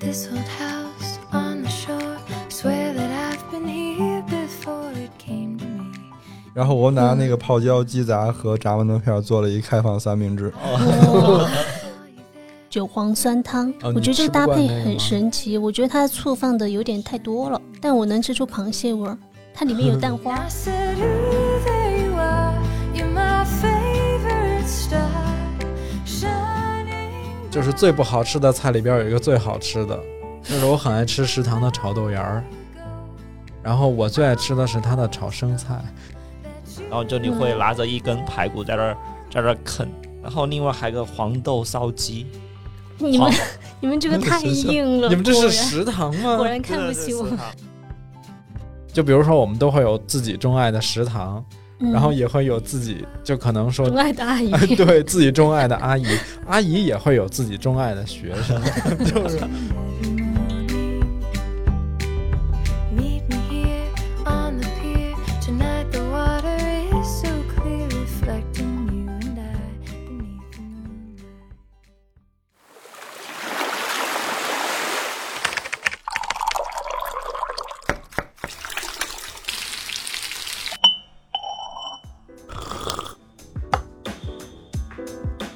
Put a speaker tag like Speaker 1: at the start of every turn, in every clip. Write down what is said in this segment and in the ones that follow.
Speaker 1: this old house on the shore. Swear that I've been here before it came to me.
Speaker 2: 然后我拿那个泡椒鸡杂和炸豌豆片做了一开放三明治，
Speaker 3: 韭黄酸汤，
Speaker 4: 哦
Speaker 3: 我觉得这个搭
Speaker 4: 你
Speaker 3: 配
Speaker 4: 吃不惯那个
Speaker 3: 很
Speaker 4: 吗
Speaker 3: 神奇。我觉得它的醋放的有点太多了，但我能吃出螃蟹味儿。它里面有蛋
Speaker 1: And
Speaker 3: 花
Speaker 1: I，said, Ooh, there you are. You're my favorite star. Shining.
Speaker 4: 就是最不好吃的菜里边有一个最好吃的，就是我很爱吃食堂的炒豆芽儿，然后我最爱吃的是它的炒生菜。
Speaker 5: 然后就你会
Speaker 4: 嗯
Speaker 5: 拿着一根排骨在那儿在那儿啃，然后另外还有个黄豆烧鸡，
Speaker 3: 你
Speaker 5: 黄
Speaker 3: 们你们这个太硬了，
Speaker 4: 你们这
Speaker 3: 果
Speaker 4: 是
Speaker 3: 然
Speaker 4: 食堂吗
Speaker 3: 果？然看不起我。
Speaker 4: 就比如说，我们都会有自己钟爱的食堂，
Speaker 3: 嗯
Speaker 4: 然后也会有自己就可能说
Speaker 3: 钟爱的阿姨，
Speaker 4: 哎，对自己钟爱的阿姨，阿姨也会有自己钟爱的学生，就是。
Speaker 1: Every morning. Meet me here on the pier. Tonight the water is so clear, reflecting you and I beneath the moonlight.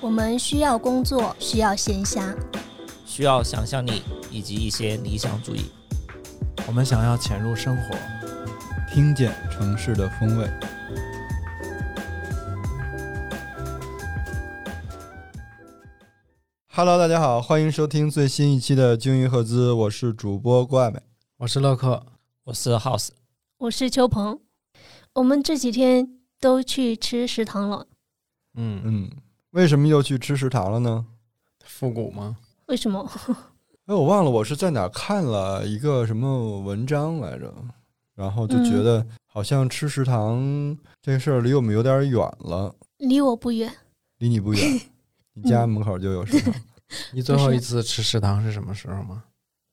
Speaker 3: 我们需要工作，需要闲暇，
Speaker 5: 需要想象力以及一些理想主义。
Speaker 4: 我们想要潜入生活，
Speaker 2: 听见城市的风味。Hello，大家好，欢迎收听最新一期的《鲸鱼赫兹》，我是主播郭爱美。
Speaker 4: 我是乐克，
Speaker 5: 我是 House，
Speaker 3: 我是邱鹏，我们这几天都去吃食堂了，
Speaker 4: 嗯，
Speaker 2: 嗯，为什么又去吃食堂了呢？
Speaker 4: 复古吗？
Speaker 3: 为什么？
Speaker 2: 哎，我忘了我是在哪儿看了一个什么文章来着，然后就觉
Speaker 3: 嗯
Speaker 2: 得好像吃食堂这事儿离我们有点远了，
Speaker 3: 离我不远，
Speaker 2: 离你不 远，你家门口就有食 堂。
Speaker 4: 你最后
Speaker 3: 不是
Speaker 4: 一次吃食堂是什么时候吗？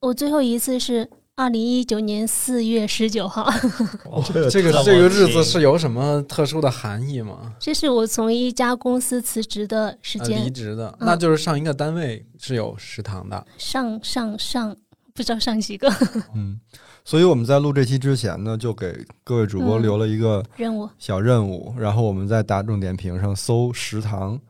Speaker 3: 我最后一次是二零一九年四月十九号，
Speaker 5: 哦
Speaker 4: 这个
Speaker 5: 这
Speaker 4: 这个
Speaker 5: 我
Speaker 4: 日
Speaker 5: 行
Speaker 4: 子是有什么特殊的含义吗？
Speaker 3: 这是我从一家公司辞职的时
Speaker 4: 呃离
Speaker 3: 间，
Speaker 4: 职的，那就是上一个单位是有食堂的。
Speaker 3: 上上上，不知道上几个
Speaker 2: 嗯，所以我们在录这期之前呢，就给各位主播
Speaker 3: 嗯
Speaker 2: 留了一个
Speaker 3: 任务。
Speaker 2: 小任务，然后我们在大众点评上搜食堂，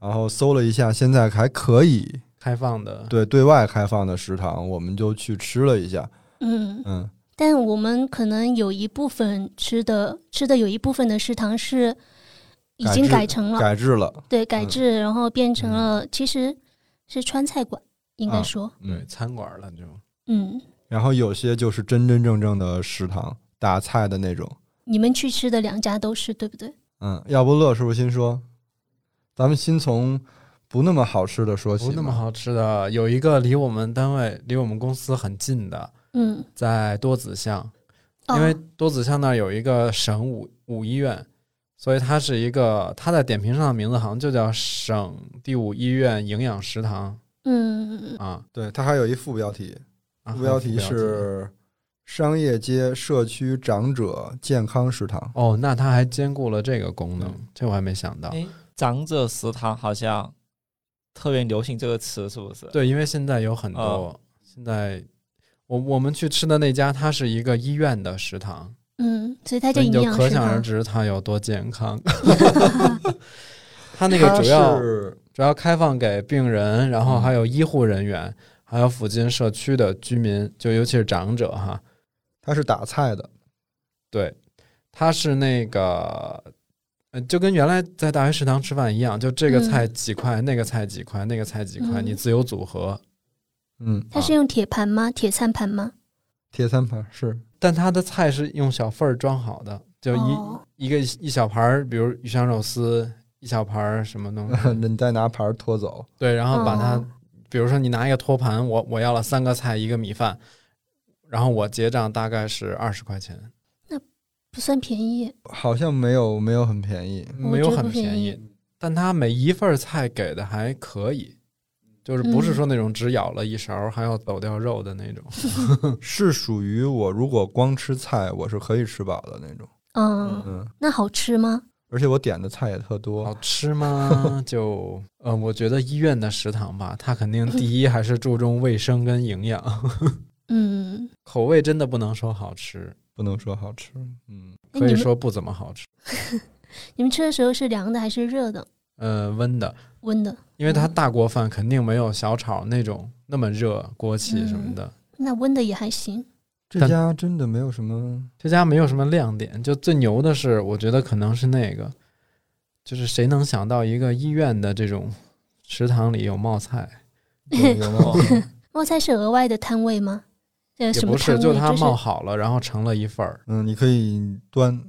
Speaker 2: 然后搜了一下，现在还可以
Speaker 4: 开放的，
Speaker 2: 对对外开放的食堂，我们就去吃了一下。
Speaker 3: 嗯，
Speaker 2: 嗯，
Speaker 3: 但我们可能有一部分吃的吃的有一部分的食堂是已经
Speaker 2: 改
Speaker 3: 改
Speaker 2: 制
Speaker 3: 成了，
Speaker 2: 改制了，
Speaker 3: 对，改
Speaker 4: 嗯
Speaker 3: 制，然后变成了其实是川菜馆，应该
Speaker 2: 啊
Speaker 3: 说，
Speaker 4: 对
Speaker 2: 嗯，
Speaker 4: 餐馆了就。
Speaker 3: 嗯，
Speaker 2: 然后有些就是真真正正的食堂打菜的那种。
Speaker 3: 你们去吃的两家都是对不对？
Speaker 2: 嗯，要不乐师傅先说，咱们先从不那么好吃的说起。
Speaker 4: 不哦那么，好吃的，有一个离我们单位、离我们公司很近的，
Speaker 3: 嗯，
Speaker 4: 在多子巷，
Speaker 3: 哦
Speaker 4: 因为多子巷那儿有一个省五五医院，所以它是一个，它在点评上的名字好像就叫省第五医院营养食堂
Speaker 3: 嗯，
Speaker 4: 啊。
Speaker 2: 对，它还有一副标题，
Speaker 4: 啊
Speaker 2: 副标题是“商业街社区长者健康食堂
Speaker 4: 哦，那它还兼顾了这个功能
Speaker 2: 嗯，
Speaker 4: 这我还没想到。
Speaker 5: 哎，长者食堂好像特别流行这个词，是不是？，
Speaker 4: 对，因为现在有很多，
Speaker 3: 哦
Speaker 5: 啊
Speaker 4: 现在我我们去吃的那家，它是一个医院的食堂，
Speaker 3: 嗯，所以它叫
Speaker 4: 所以
Speaker 3: 营
Speaker 4: 你就
Speaker 3: 养
Speaker 4: 可
Speaker 3: 食
Speaker 4: 想而
Speaker 3: 堂。
Speaker 4: 知它有多健 康。 它”，那
Speaker 2: 那
Speaker 4: 个主要
Speaker 2: 是
Speaker 4: 主要开放给病人，然后
Speaker 2: 嗯
Speaker 4: 还有医护人员，还有附近社区的居民，就尤其是长者哈。
Speaker 2: 它是打菜的，
Speaker 4: 对，它是那个，呃，就跟原来在大学食堂吃饭一样，就这个
Speaker 3: 嗯
Speaker 4: 菜几块，那个菜几块，那个菜几块，
Speaker 3: 嗯
Speaker 4: 你自由组合。
Speaker 2: 嗯，
Speaker 3: 它是用铁盘吗？铁餐盘吗？
Speaker 2: 铁三盘是，
Speaker 4: 但它的菜是用小份儿装好的，就一、
Speaker 3: 哦
Speaker 4: 一个一小盘儿，比如鱼香肉丝，一小盘儿什么东 西，
Speaker 2: 那你再拿盘儿拖走，
Speaker 4: 对，然后把它
Speaker 3: 哦
Speaker 4: 比如说你拿一个托盘，我我要了三个菜一个米饭，然后我结账大概是二十块钱，
Speaker 3: 不算便宜，
Speaker 2: 好像没有没有很便宜，
Speaker 3: 我
Speaker 4: 没有
Speaker 3: 觉得
Speaker 4: 很
Speaker 3: 哦不便
Speaker 4: 便宜，但它每一份菜给的还可以，就是
Speaker 3: 嗯
Speaker 4: 不是说那种只舀了一勺还要走掉肉的 那种。
Speaker 2: 是属于我如果光吃菜我是可以吃饱的那种。
Speaker 3: 嗯，
Speaker 2: 嗯，
Speaker 3: 那好吃吗？
Speaker 2: 而且我点的菜也特多
Speaker 4: 好。吃吗？就呃，我觉得医院的食堂吧，它肯定第一还是注重卫生跟营养，
Speaker 3: 嗯，
Speaker 4: 口味真的不能说好吃，
Speaker 2: 不能说好吃，嗯，
Speaker 3: 那
Speaker 4: 可
Speaker 3: 哎你
Speaker 4: 以
Speaker 3: 们
Speaker 4: 说不怎么好吃。
Speaker 3: 你们吃的时候是凉的还是热的？
Speaker 4: 呃，温的，
Speaker 3: 温的？
Speaker 4: 因为它
Speaker 3: 嗯
Speaker 4: 大锅饭肯定没有小炒那种那么热，锅气什么的。
Speaker 3: 那温的也还行。
Speaker 2: 这
Speaker 4: 但
Speaker 2: 家真的没有什 么，
Speaker 4: 这家没有什么亮点，就最牛的是，我觉得可能是那个，就是谁能想到一个医院的这种食堂里有冒菜，
Speaker 2: 有有
Speaker 5: 哦
Speaker 2: 吗？
Speaker 3: 冒菜是额外的摊位吗？呃，
Speaker 4: 也
Speaker 3: 什么
Speaker 4: 不
Speaker 3: 摊
Speaker 4: 是，
Speaker 3: 位？
Speaker 4: 就它
Speaker 3: 是
Speaker 4: 冒好了，然后成了一份儿。
Speaker 2: 嗯，你可以端，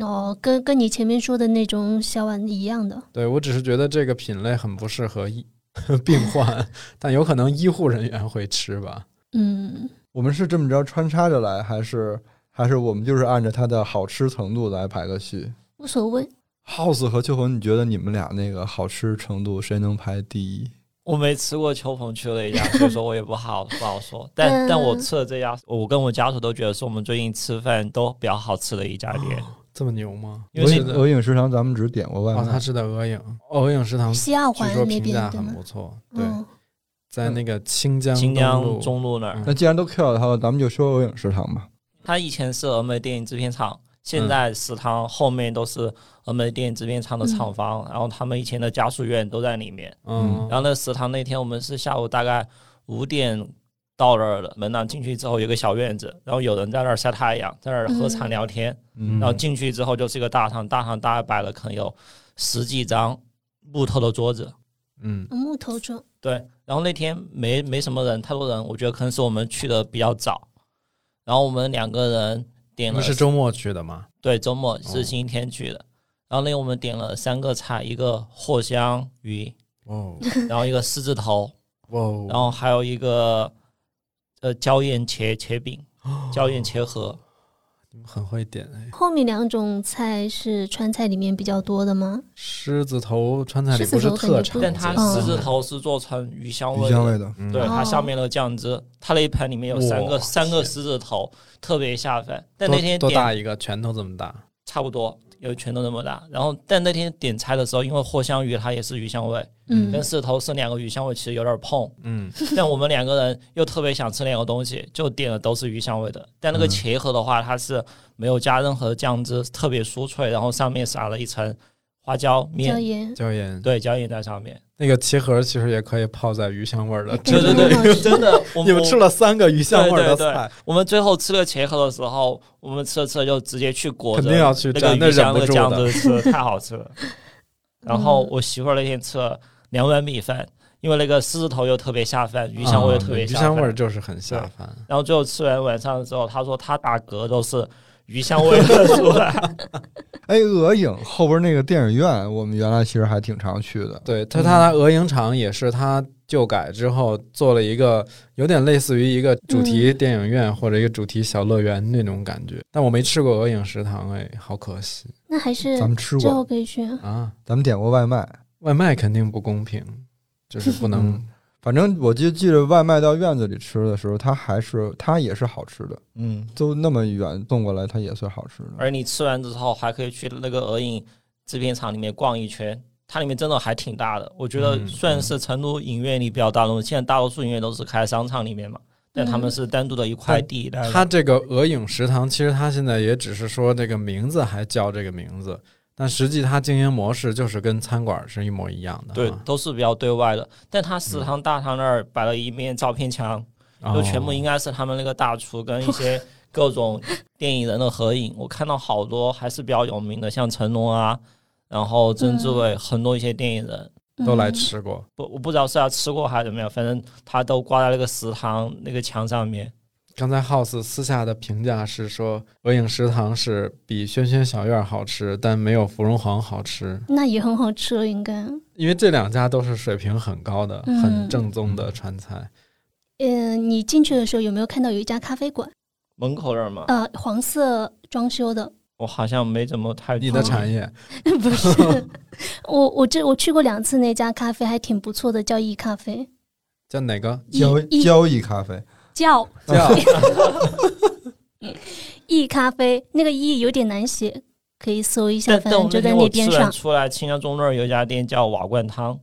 Speaker 3: 哦，跟跟你前面说的那种小碗一样的。
Speaker 4: 对我只是觉得这个品类很不适合医 病患，但有可能医护人员会吃吧。
Speaker 3: 嗯，
Speaker 2: 我们是这么着穿插着来，还是还是我们就是按照它的好吃程度来排个序
Speaker 3: 无所谓。
Speaker 2: ？House 和秋红，你觉得你们俩那个好吃程度谁能排第一？
Speaker 5: 我没吃过秋鹏去了一家， 所以说我也不好不好说。
Speaker 4: 嗯
Speaker 5: 但但我吃了这家，我跟我家属都觉得是我们最近吃饭都比较好吃的一家店。
Speaker 4: 这么牛吗？
Speaker 5: 因为
Speaker 4: 是
Speaker 5: 那
Speaker 4: 的
Speaker 2: 鹅影食堂咱们只点过外
Speaker 4: 哦，
Speaker 2: 卖
Speaker 4: 它，是在鹅影，鹅影食堂
Speaker 3: 西二
Speaker 4: 嗯据
Speaker 3: 环
Speaker 4: 说
Speaker 3: 那
Speaker 4: 评
Speaker 3: 边
Speaker 4: 价
Speaker 3: 对
Speaker 4: 很
Speaker 3: 吗
Speaker 4: 不？错，对，
Speaker 3: 嗯，
Speaker 4: 在那个清江
Speaker 5: 新疆
Speaker 4: 嗯中路
Speaker 5: 中路那儿，
Speaker 2: 那既然都 Q 了它了，咱们就说鹅影食堂吧。
Speaker 5: 它以前是峨眉电影制片厂，
Speaker 4: 嗯
Speaker 5: 现在食堂后面都是峨眉电影制片厂的厂房，然后他们以前的家属院都在里面。
Speaker 4: 嗯，
Speaker 5: 然后那食堂那天我们是下午大概五点到那儿的，门廊进去之后有个小院子，然后有人在那儿晒太阳，在那儿喝茶
Speaker 3: 嗯
Speaker 5: 聊天。
Speaker 2: 嗯
Speaker 5: 然后进去之后就是一个大堂，大堂大概摆了可能有十几张木头的桌子。
Speaker 4: 嗯，
Speaker 3: 木头桌。
Speaker 5: 对，然后那天没没什么人，太多人，我觉得可能是我们去的比较早。然后我们两个人点
Speaker 4: 嗯
Speaker 5: 了
Speaker 4: 你们是周末去的吗？
Speaker 5: 对周末
Speaker 4: 哦
Speaker 5: 是星期天去的，然后那天我们点了三个菜，一个藿香 鱼，
Speaker 4: 哦，
Speaker 5: 然后一个狮子头，
Speaker 4: 哇，哦
Speaker 5: 然后还有一个呃椒盐茄茄饼、
Speaker 4: 哦
Speaker 5: 椒盐茄盒。
Speaker 4: 很会点哎。
Speaker 3: 后面两种菜是川菜里面比较多的吗？
Speaker 4: 狮子头川菜里
Speaker 3: 狮子
Speaker 4: 不是
Speaker 3: 头
Speaker 4: 特
Speaker 3: 感觉
Speaker 4: 常
Speaker 3: 不
Speaker 4: 见，
Speaker 5: 但它
Speaker 3: 嗯
Speaker 5: 狮子头是做成鱼香味
Speaker 2: 鱼
Speaker 5: 的
Speaker 2: 香味的，
Speaker 4: 嗯
Speaker 5: 对，它
Speaker 3: 哦
Speaker 5: 下面的酱汁，它那一盘里面有三
Speaker 4: 哇
Speaker 5: 个三个
Speaker 4: 天
Speaker 5: 狮子头，特别下饭。但
Speaker 4: 多
Speaker 5: 那天
Speaker 4: 多大
Speaker 5: 点
Speaker 4: 一个？拳头这么大？
Speaker 5: 差不多有拳头那么大。然后，但那天点菜的时候，因为藿香鱼它也是鱼香味，
Speaker 3: 嗯
Speaker 5: 跟狮子头是两个鱼香味，其实有点碰。
Speaker 4: 嗯，
Speaker 5: 但我们两个人又特别想吃两个东西，就点的都是鱼香味的。但那个
Speaker 2: 嗯
Speaker 5: 茄盒的话，它是没有加任何酱汁，特别酥脆，然后上面撒了一层花椒
Speaker 3: 椒
Speaker 5: 面，
Speaker 3: 盐。
Speaker 4: 椒盐。
Speaker 5: 对，椒盐在上面。
Speaker 4: 那个茄盒其实也可以泡在鱼香味儿的。
Speaker 3: 对
Speaker 5: 对
Speaker 3: 对
Speaker 5: 对
Speaker 3: 对对
Speaker 5: 对，真的，我
Speaker 4: 你们吃了三个鱼香味儿的
Speaker 5: 对对对
Speaker 4: 菜，
Speaker 5: 我们最后吃了茄盒的时候，我们吃着吃着就直接去裹着
Speaker 4: 肯定要去
Speaker 5: 那
Speaker 4: 蘸
Speaker 5: 个
Speaker 4: 那
Speaker 5: 鱼
Speaker 4: 忍
Speaker 5: 香
Speaker 4: 不
Speaker 5: 的
Speaker 4: 住
Speaker 5: 酱
Speaker 4: 的
Speaker 5: 汁吃， 太好吃了。然后我媳妇儿那天吃了两碗米饭，因为那个狮子头又特别下饭，鱼香味又
Speaker 4: 啊
Speaker 5: 特别
Speaker 4: 鱼
Speaker 5: 下
Speaker 4: 香
Speaker 5: 饭。
Speaker 4: 味儿就是很下饭。
Speaker 5: 然后最后吃完晚上的时候，她说她打嗝都是鱼香味儿出来。
Speaker 2: 哎，鹅影后边那个电影院，我们原来其实还挺常去的。
Speaker 4: 对，它它
Speaker 5: 嗯
Speaker 4: 鹅影厂也是它旧改之后做了一个有点类似于一个主
Speaker 5: 嗯
Speaker 4: 题电影院或者一个主题小乐园那种感觉，但我没吃过鹅影食堂，哎，好可惜
Speaker 3: 那还是
Speaker 2: 咱们吃
Speaker 3: 之后
Speaker 2: 过，
Speaker 3: 可以去啊。
Speaker 4: 啊！
Speaker 2: 咱们点过外卖。
Speaker 4: 外卖肯定不公平，就是不能
Speaker 2: 嗯反正我就记着外卖到院子里吃的时候，它还是它也是好吃的，
Speaker 5: 嗯，
Speaker 2: 都那么远送过来，它也算好吃的。
Speaker 5: 而你吃完之后还可以去那个鹅影制片厂里面逛一圈，它里面真的还挺大的。我觉得
Speaker 4: 嗯
Speaker 5: 算是成都影院里比较大的，现在大多数影院都是开在商场里面嘛，但他们是单独的一块地。嗯但
Speaker 4: 它这个鹅影食堂，其实它现在也只是说这个名字还叫这个名字，但实际它经营模式就是跟餐馆是一模一样的。
Speaker 5: 对
Speaker 4: 啊
Speaker 5: 都是比较对外的，但它食堂大堂那儿摆了一面照片墙，
Speaker 4: 哦
Speaker 5: 就全部应该是他们那个大厨跟一些 各种电影人的合影。我看到好多还是比较有名的，像成龙啊，然后曾志
Speaker 4: 嗯
Speaker 5: 伟，很多一些电影人。
Speaker 4: 都来
Speaker 3: 嗯。
Speaker 4: 吃过。
Speaker 5: 不，我不知道是要吃过还是怎么样，反正他都挂在那个食堂那个墙上面。
Speaker 4: 刚才 House 私下的评价是说，鹅影食堂是比轩轩小院好吃，但没有芙蓉皇好吃，
Speaker 3: 那也很好吃了，应该。
Speaker 4: 因为这两家都是水平很高的、
Speaker 3: 嗯
Speaker 4: 很正宗的川菜。
Speaker 3: 嗯，你进去的时候有没有看到有一家咖啡馆？
Speaker 5: 门口那儿
Speaker 4: 嗯
Speaker 5: 嘛，
Speaker 3: 呃，黄色装修的，
Speaker 5: 我好像没怎么太注意。
Speaker 4: 你的产业，
Speaker 3: 不是我，我这我去过两次那家咖啡，还挺不错的，叫易咖啡，
Speaker 4: 叫哪个？
Speaker 2: 交
Speaker 3: 一
Speaker 2: 交易咖啡，
Speaker 3: 叫 E
Speaker 4: 叫
Speaker 3: 易咖啡，那个易有点难写，可以搜一下，
Speaker 5: 但
Speaker 3: 反
Speaker 5: 但我
Speaker 3: 正就在
Speaker 5: 们那天
Speaker 3: 那
Speaker 5: 我
Speaker 3: 边
Speaker 5: 吃完
Speaker 3: 上。
Speaker 5: 出来，新疆中路有一家店叫瓦罐汤，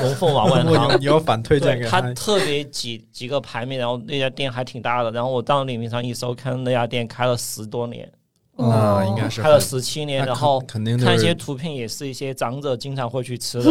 Speaker 5: 龙凤瓦罐
Speaker 4: 我
Speaker 5: 汤
Speaker 4: 有，你要反推荐
Speaker 5: 对，
Speaker 4: 给
Speaker 5: 它
Speaker 4: 他，
Speaker 5: 特别几几个排名，然后那家店还挺大的。然后我到领平上一搜，看那家店开了十多年，
Speaker 3: 哦
Speaker 4: 那啊应该是
Speaker 5: 开了
Speaker 4: 很
Speaker 5: 十七
Speaker 4: 那
Speaker 5: 年，然
Speaker 4: 肯
Speaker 5: 后
Speaker 4: 肯定就
Speaker 5: 看一
Speaker 4: 是
Speaker 5: 些图片，也是一些长者经常会去 吃的，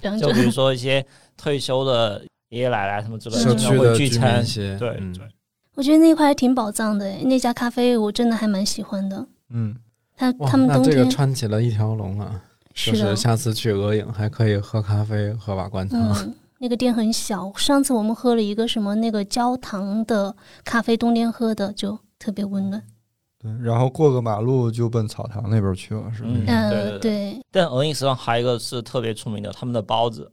Speaker 3: 然后
Speaker 5: 就比如说一些退休的爷爷奶奶什么之类的，
Speaker 4: 社
Speaker 5: 经常
Speaker 4: 区的
Speaker 5: 会
Speaker 4: 居
Speaker 5: 聚餐
Speaker 4: 民。些，
Speaker 5: 对
Speaker 4: 嗯
Speaker 5: 对
Speaker 3: 我觉得那块还挺宝藏的诶，那家咖啡我真的还蛮喜欢的。
Speaker 2: 嗯，
Speaker 3: 他
Speaker 4: 哇，
Speaker 3: 他们
Speaker 4: 那
Speaker 3: 冬
Speaker 4: 这个
Speaker 3: 天
Speaker 4: 穿起了一条龙啊！就是是
Speaker 3: 的，
Speaker 4: 下次去鹅影还可以喝咖啡、喝瓦罐汤。
Speaker 3: 嗯，那个店很小。上次我们喝了一个什么那个焦糖的咖啡，冬天喝的就特别温暖。
Speaker 2: 对，然后过个马路就奔草堂那边去了，是吧？
Speaker 5: 嗯
Speaker 3: 呃，
Speaker 5: 对对
Speaker 3: 对，
Speaker 5: 但鹅饮食堂还有一个是特别出名的，他们的包子。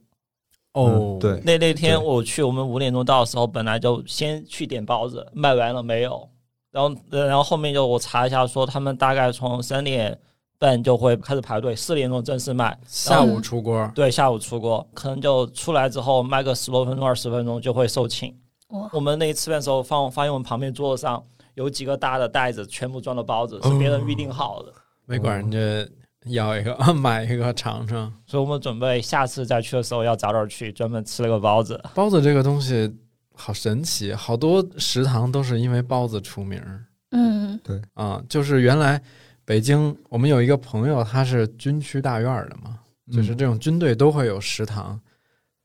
Speaker 2: 嗯对
Speaker 5: 哦那那天
Speaker 2: 对
Speaker 5: 我去，我们五点钟到的时候，本来就先去点包子，卖完了没有？然后呃然后后面就我查一下，说他们大概从三点半就会开始排队，四点钟正式卖。
Speaker 4: 下午
Speaker 3: 嗯
Speaker 4: 出锅，
Speaker 5: 对，下午出锅，可能就出来之后卖个十多分钟、二十分钟就会售罄。
Speaker 3: 哇，
Speaker 5: 我们那一次饭的时候，放发现我们旁边桌子上有几个大的袋子，全部装的包
Speaker 4: 哦
Speaker 5: 子，是别人预定好的。
Speaker 4: 没管人家要一个 买一个尝尝。
Speaker 5: 所以我们准备下次再去的时候要早点去，专门吃了个包子。
Speaker 4: 包子这个东西好神奇，好多食堂都是因为包子出名儿
Speaker 3: 嗯
Speaker 4: 啊。就是原来北京我们有一个朋友，他是军区大院儿的嘛，
Speaker 2: 嗯
Speaker 4: 就是这种军队都会有食堂，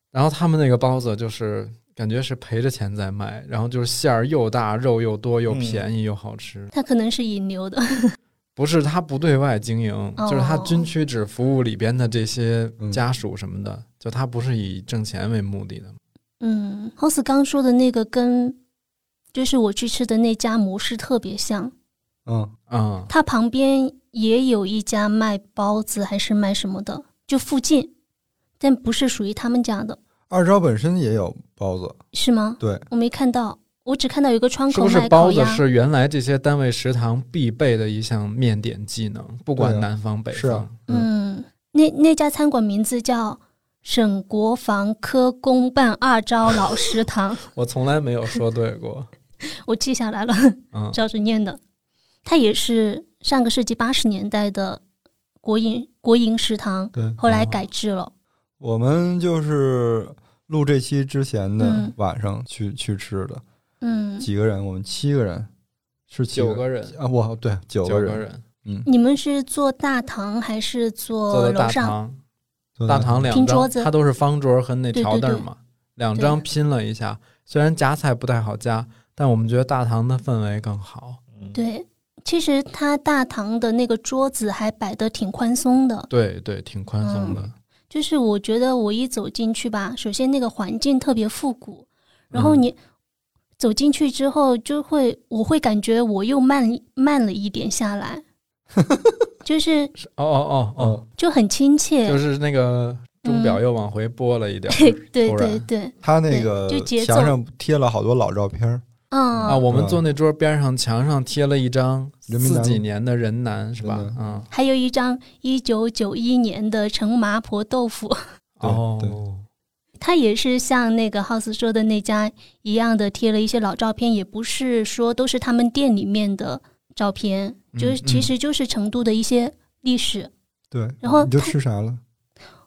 Speaker 4: 然后他们那个包子就是感觉是赔着钱在卖，然后就是馅儿又大，肉又多，又
Speaker 5: 嗯
Speaker 4: 便宜又好吃。
Speaker 3: 他可能是引流的，
Speaker 4: 不是他不对外经营，
Speaker 3: 哦
Speaker 4: 就是他军区只服务里边的这些
Speaker 2: 嗯
Speaker 4: 家属什么的，就他不是以挣钱为目的的。
Speaker 3: 嗯，House 刚说的那个跟就是我去吃的那家模式特别像，
Speaker 2: 嗯
Speaker 4: 嗯，
Speaker 3: 它旁边也有一家卖包子还是卖什么的，就附近，但不是属于他们家的，
Speaker 2: 二招本身也有包子，
Speaker 3: 是吗？
Speaker 2: 对，
Speaker 3: 我没看到，我只看到有一个窗
Speaker 4: 是
Speaker 3: 口
Speaker 4: 不是
Speaker 3: 卖
Speaker 4: 包
Speaker 3: 烤
Speaker 4: 子
Speaker 3: 鸭。
Speaker 4: 是原来这些单位食堂必备的一项面点技能？不
Speaker 2: 对
Speaker 4: 管
Speaker 2: 啊
Speaker 4: 南方北
Speaker 2: 是啊
Speaker 4: 方，
Speaker 3: 嗯，那那家餐馆名字叫省国防科公办二招老食堂，
Speaker 4: 我从来没有说对过。
Speaker 3: 我记下来了，
Speaker 4: 嗯，
Speaker 3: 照着念的。它也是上个世纪八十年代的国营国营食堂，
Speaker 2: 对。
Speaker 3: 后来
Speaker 4: 哦
Speaker 3: 改制了。
Speaker 2: 我们就是录这期之前的
Speaker 3: 嗯
Speaker 2: 晚上去、去吃的，
Speaker 3: 嗯，
Speaker 2: 几个人？我们七个人，是七
Speaker 4: 九个人，
Speaker 2: 啊？我对九
Speaker 4: 九
Speaker 2: 个
Speaker 4: 个
Speaker 2: 人，
Speaker 4: 人
Speaker 2: 嗯，
Speaker 3: 你们是坐大堂还是
Speaker 4: 坐
Speaker 3: 坐
Speaker 4: 的
Speaker 3: 哦楼
Speaker 4: 大
Speaker 3: 上？
Speaker 4: 堂，
Speaker 2: 对
Speaker 4: 大堂两
Speaker 3: 拼桌
Speaker 4: 张，
Speaker 3: 子
Speaker 4: 它都是方桌和那条
Speaker 3: 对对
Speaker 4: 凳
Speaker 3: 对
Speaker 4: 嘛，两张拼了一下。虽然夹菜不太好夹，但我们觉得大堂的氛围更好。
Speaker 5: 嗯，
Speaker 3: 对，其实它大堂的那个桌子还摆得挺宽松的，
Speaker 4: 对对，挺宽
Speaker 3: 嗯
Speaker 4: 松的。
Speaker 3: 就是我觉得我一走进去吧，首先那个环境特别复古，然后
Speaker 4: 嗯
Speaker 3: 你走进去之后，就会我会感觉我又慢慢了一点下 来，就是
Speaker 4: 是哦哦
Speaker 2: 嗯
Speaker 4: 哦
Speaker 3: 就很亲
Speaker 4: 哦，
Speaker 3: 切，
Speaker 4: 就是那个钟表又往回拨了一点儿、
Speaker 3: 嗯 对对
Speaker 4: 突
Speaker 3: 对
Speaker 4: 然
Speaker 3: 对，
Speaker 2: 他那个
Speaker 3: 对就节奏
Speaker 2: 墙上贴了好多老照片儿，
Speaker 3: 嗯
Speaker 4: 啊！我们坐那桌边上墙上贴了一张
Speaker 2: 人民
Speaker 4: 四
Speaker 2: 南路
Speaker 4: 几年的人南是吧
Speaker 2: 人？
Speaker 4: 嗯
Speaker 3: 还有一张一九九一年的陈麻婆豆腐，
Speaker 2: 对对
Speaker 4: 哦，
Speaker 3: 它也是像那个 House 说的那家一样的贴了一些老照片，也不是说都是他们店里面的照片，就是
Speaker 4: 嗯
Speaker 3: 其
Speaker 4: 嗯
Speaker 3: 实就是成都的一些历史。
Speaker 2: 对，
Speaker 3: 然后
Speaker 2: 你就
Speaker 3: 他
Speaker 2: 吃啥了？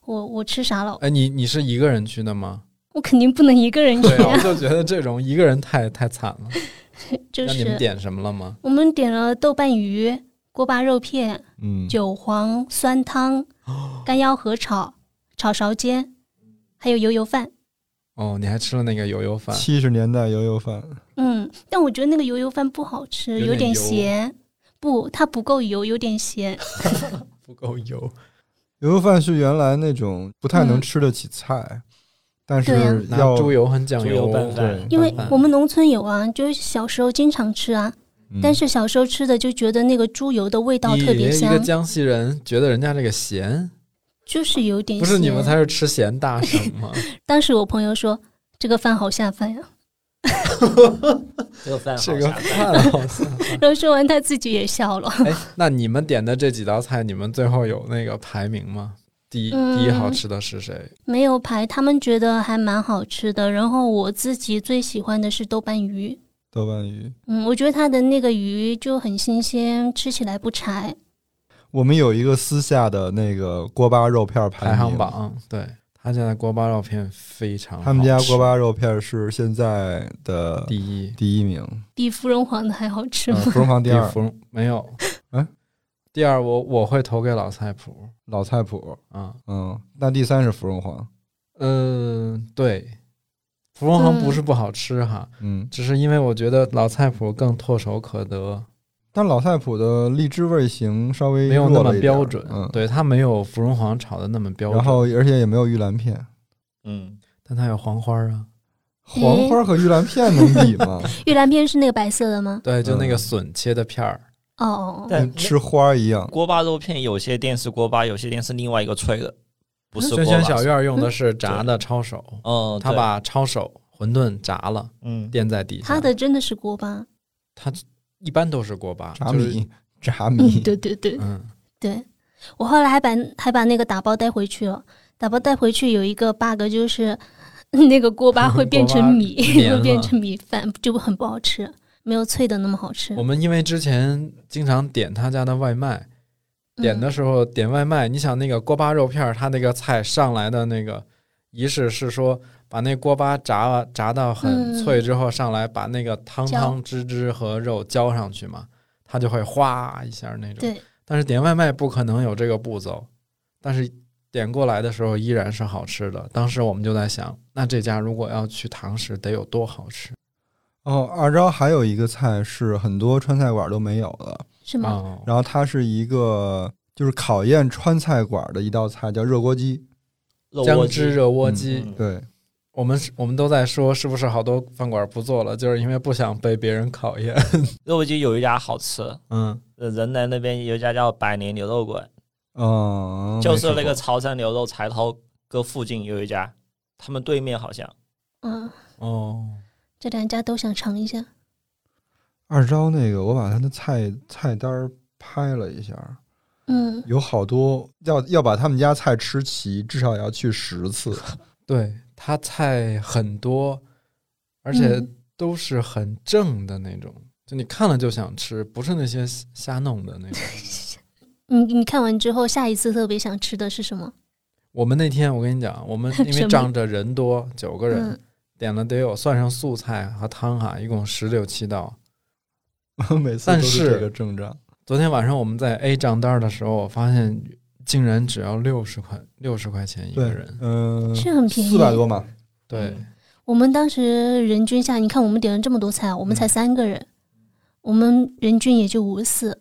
Speaker 3: 我我吃啥了？
Speaker 4: 哎，你你是一个人去的吗？
Speaker 3: 我肯定不能一个人去
Speaker 4: 对，我
Speaker 3: 啊，
Speaker 4: 就觉得这种一个人太太惨了。
Speaker 3: 就
Speaker 4: 那你们
Speaker 3: 是
Speaker 4: 点什么了吗？
Speaker 3: 我们点了豆瓣鱼、锅巴肉片、
Speaker 2: 嗯，
Speaker 3: 韭黄酸汤、干腰合炒、炒苕煎，还有油油饭。
Speaker 4: 哦，你还吃了那个油油饭，
Speaker 2: 七十年代油油饭，
Speaker 3: 嗯，但我觉得那个油油饭不好吃，
Speaker 4: 有
Speaker 3: 有
Speaker 4: 点
Speaker 3: 点
Speaker 4: 油
Speaker 3: 咸。不，它不够油，有点 咸。
Speaker 4: 不够油，
Speaker 2: 油油饭是原来那种不太能
Speaker 3: 嗯
Speaker 2: 吃得起菜，但
Speaker 3: 对啊
Speaker 2: 是
Speaker 4: 拿
Speaker 2: 要
Speaker 4: 猪油和酱
Speaker 5: 猪油拌饭
Speaker 2: 对，
Speaker 3: 因为
Speaker 4: 拌饭
Speaker 3: 我们农村有啊，就是小时候经常吃啊，
Speaker 2: 嗯
Speaker 3: 但是小时候吃的就觉得那个猪油的味道
Speaker 4: 你
Speaker 3: 特别
Speaker 4: 一个
Speaker 3: 香，
Speaker 4: 江西人觉得人家这个咸，
Speaker 3: 就是有点
Speaker 4: 不是你们
Speaker 3: 咸
Speaker 4: 才是吃咸大省 吗？
Speaker 3: 当时我朋友说这个饭好下饭呀、
Speaker 5: 这个饭好
Speaker 4: 这个
Speaker 5: 下饭。
Speaker 4: 饭好像。
Speaker 3: 然后说完他自己也笑了。
Speaker 4: 哎，那你们点的这几道菜，你们最后有那个排名吗？第一、第一
Speaker 3: 嗯
Speaker 4: 好吃的是谁？
Speaker 3: 没有排，他们觉得还蛮好吃的。然后我自己最喜欢的是豆瓣鱼，
Speaker 2: 豆瓣鱼。
Speaker 3: 嗯，我觉得它的那个鱼就很新鲜，吃起来不柴。
Speaker 2: 我们有一个私下的那个锅巴肉片排
Speaker 4: 排
Speaker 2: 名
Speaker 4: 行，榜，对他现在锅巴肉片非常好吃，
Speaker 2: 他们家锅巴肉片是现在的
Speaker 4: 第一，
Speaker 2: 第一名，
Speaker 3: 比芙蓉皇的还好吃
Speaker 2: 呃
Speaker 3: 吗？
Speaker 2: 芙蓉坊第
Speaker 4: 比
Speaker 2: 二，
Speaker 4: 芙蓉没有，
Speaker 2: 嗯，
Speaker 4: 第二我我会投给老菜谱
Speaker 2: 老菜谱，
Speaker 4: 啊，
Speaker 2: 嗯，那第三是芙蓉皇，
Speaker 4: 嗯，对，芙蓉行不是不好吃哈，
Speaker 2: 嗯，
Speaker 4: 只是因为我觉得老菜谱更唾手可得，
Speaker 2: 但老菜谱的荔枝味型稍微
Speaker 4: 没有那
Speaker 2: 弱
Speaker 4: 么
Speaker 2: 了一点
Speaker 4: 标准，
Speaker 2: 嗯，
Speaker 4: 对，它没有芙蓉皇炒的那么标准，
Speaker 2: 然后而且也没有玉兰片，
Speaker 5: 嗯，
Speaker 4: 但它有黄花啊，
Speaker 2: 黄花和玉兰片能比 吗？
Speaker 3: 玉兰片是那个白色的吗？
Speaker 4: 对，就那
Speaker 2: 嗯
Speaker 4: 个笋切的片儿，
Speaker 3: 哦哦哦，
Speaker 5: 但
Speaker 2: 跟吃花一 样，
Speaker 5: 锅巴肉片有些店是锅巴，有些店是另外一个脆的，不是锅
Speaker 4: 轩
Speaker 5: 巴。
Speaker 4: 轩小院用的是炸的抄手，
Speaker 5: 嗯，
Speaker 4: 他
Speaker 5: 对
Speaker 4: 把抄手馄饨炸了，
Speaker 5: 嗯
Speaker 4: 垫在底下，
Speaker 3: 它的真的是锅巴。
Speaker 4: 它一般都是锅巴，
Speaker 2: 炸
Speaker 4: 就是
Speaker 2: 米，炸
Speaker 3: 嗯，
Speaker 2: 米，
Speaker 3: 对对对
Speaker 4: 嗯，
Speaker 3: 对，我后来还把还把那个打包带回去了。打包带回去有一个 bug 就是，那个锅巴会变成 米，
Speaker 4: 锅巴黏 了
Speaker 3: 会变成米饭，就很不好吃，没有脆的那么好吃
Speaker 4: 我。们因为之前经常点他家的外卖，
Speaker 3: 嗯
Speaker 4: 点的时候点外卖，你想那个锅巴肉片儿，它那个菜上来的那个仪式是说把那锅巴炸了，炸到很脆之后，上来把那个汤
Speaker 3: 浇
Speaker 4: 汤汁汁和肉浇上去嘛，它就会哗一下那种。
Speaker 3: 对，
Speaker 4: 但是点外卖不可能有这个步骤，但是点过来的时候依然是好吃的。当时我们就在想，那这家如果要去堂食得有多好吃
Speaker 2: 哦，二招还有一个菜是很多川菜馆都没有的，
Speaker 3: 是吗？
Speaker 4: 哦！
Speaker 2: 然后它是一个就是考验川菜馆的一道菜，叫热锅鸡。
Speaker 5: 肉
Speaker 4: 姜
Speaker 5: 锅
Speaker 4: 汁
Speaker 5: 鸡，
Speaker 4: 热窝鸡，
Speaker 5: 嗯
Speaker 2: 对，
Speaker 4: 我们是我们都在说是不是好多饭馆不做了，就是因为不想被别人考验。
Speaker 5: 肉锅鸡有一家好吃，
Speaker 4: 嗯，
Speaker 5: 呃仁南那边有一家叫百年牛肉馆，
Speaker 2: 嗯，
Speaker 5: 就是那
Speaker 2: 没吃
Speaker 5: 个
Speaker 2: 过
Speaker 5: 潮汕牛肉柴头哥附近有一家，他们对面好像。
Speaker 3: 嗯，
Speaker 4: 哦，
Speaker 3: 这两家都想尝一下。
Speaker 2: 二招那个，我把他的菜菜单儿拍了一下，
Speaker 3: 嗯，
Speaker 2: 有好多要要把他们家菜吃齐，至少要去十次。
Speaker 4: 对，它菜很多，而且
Speaker 3: 嗯
Speaker 4: 都是很正的那种，就你看了就想吃，不是那些瞎瞎弄的那种。
Speaker 3: 你你看完之后，下一次特别想吃的是什么？
Speaker 4: 我们那天我跟你 讲，我们因
Speaker 3: 什
Speaker 4: 为
Speaker 3: 么
Speaker 4: 仗着人多，九个人、
Speaker 3: 嗯
Speaker 4: 点了得有算上素菜和汤哈，一共十六七道。
Speaker 2: 每次
Speaker 4: 但
Speaker 2: 都
Speaker 4: 是
Speaker 2: 这个症状。
Speaker 4: 昨天晚上我们在 A 账单的时候，我发现竟然只要六十块六十块钱一个
Speaker 2: 对
Speaker 4: 人，，
Speaker 2: 嗯、
Speaker 3: 是很便宜，
Speaker 2: 四百多。嘛。
Speaker 4: 对。
Speaker 5: 嗯
Speaker 3: 我们当时人均下，你看我们点了这么多菜，我们
Speaker 4: 嗯
Speaker 3: 才三个人，我们人均也就五四。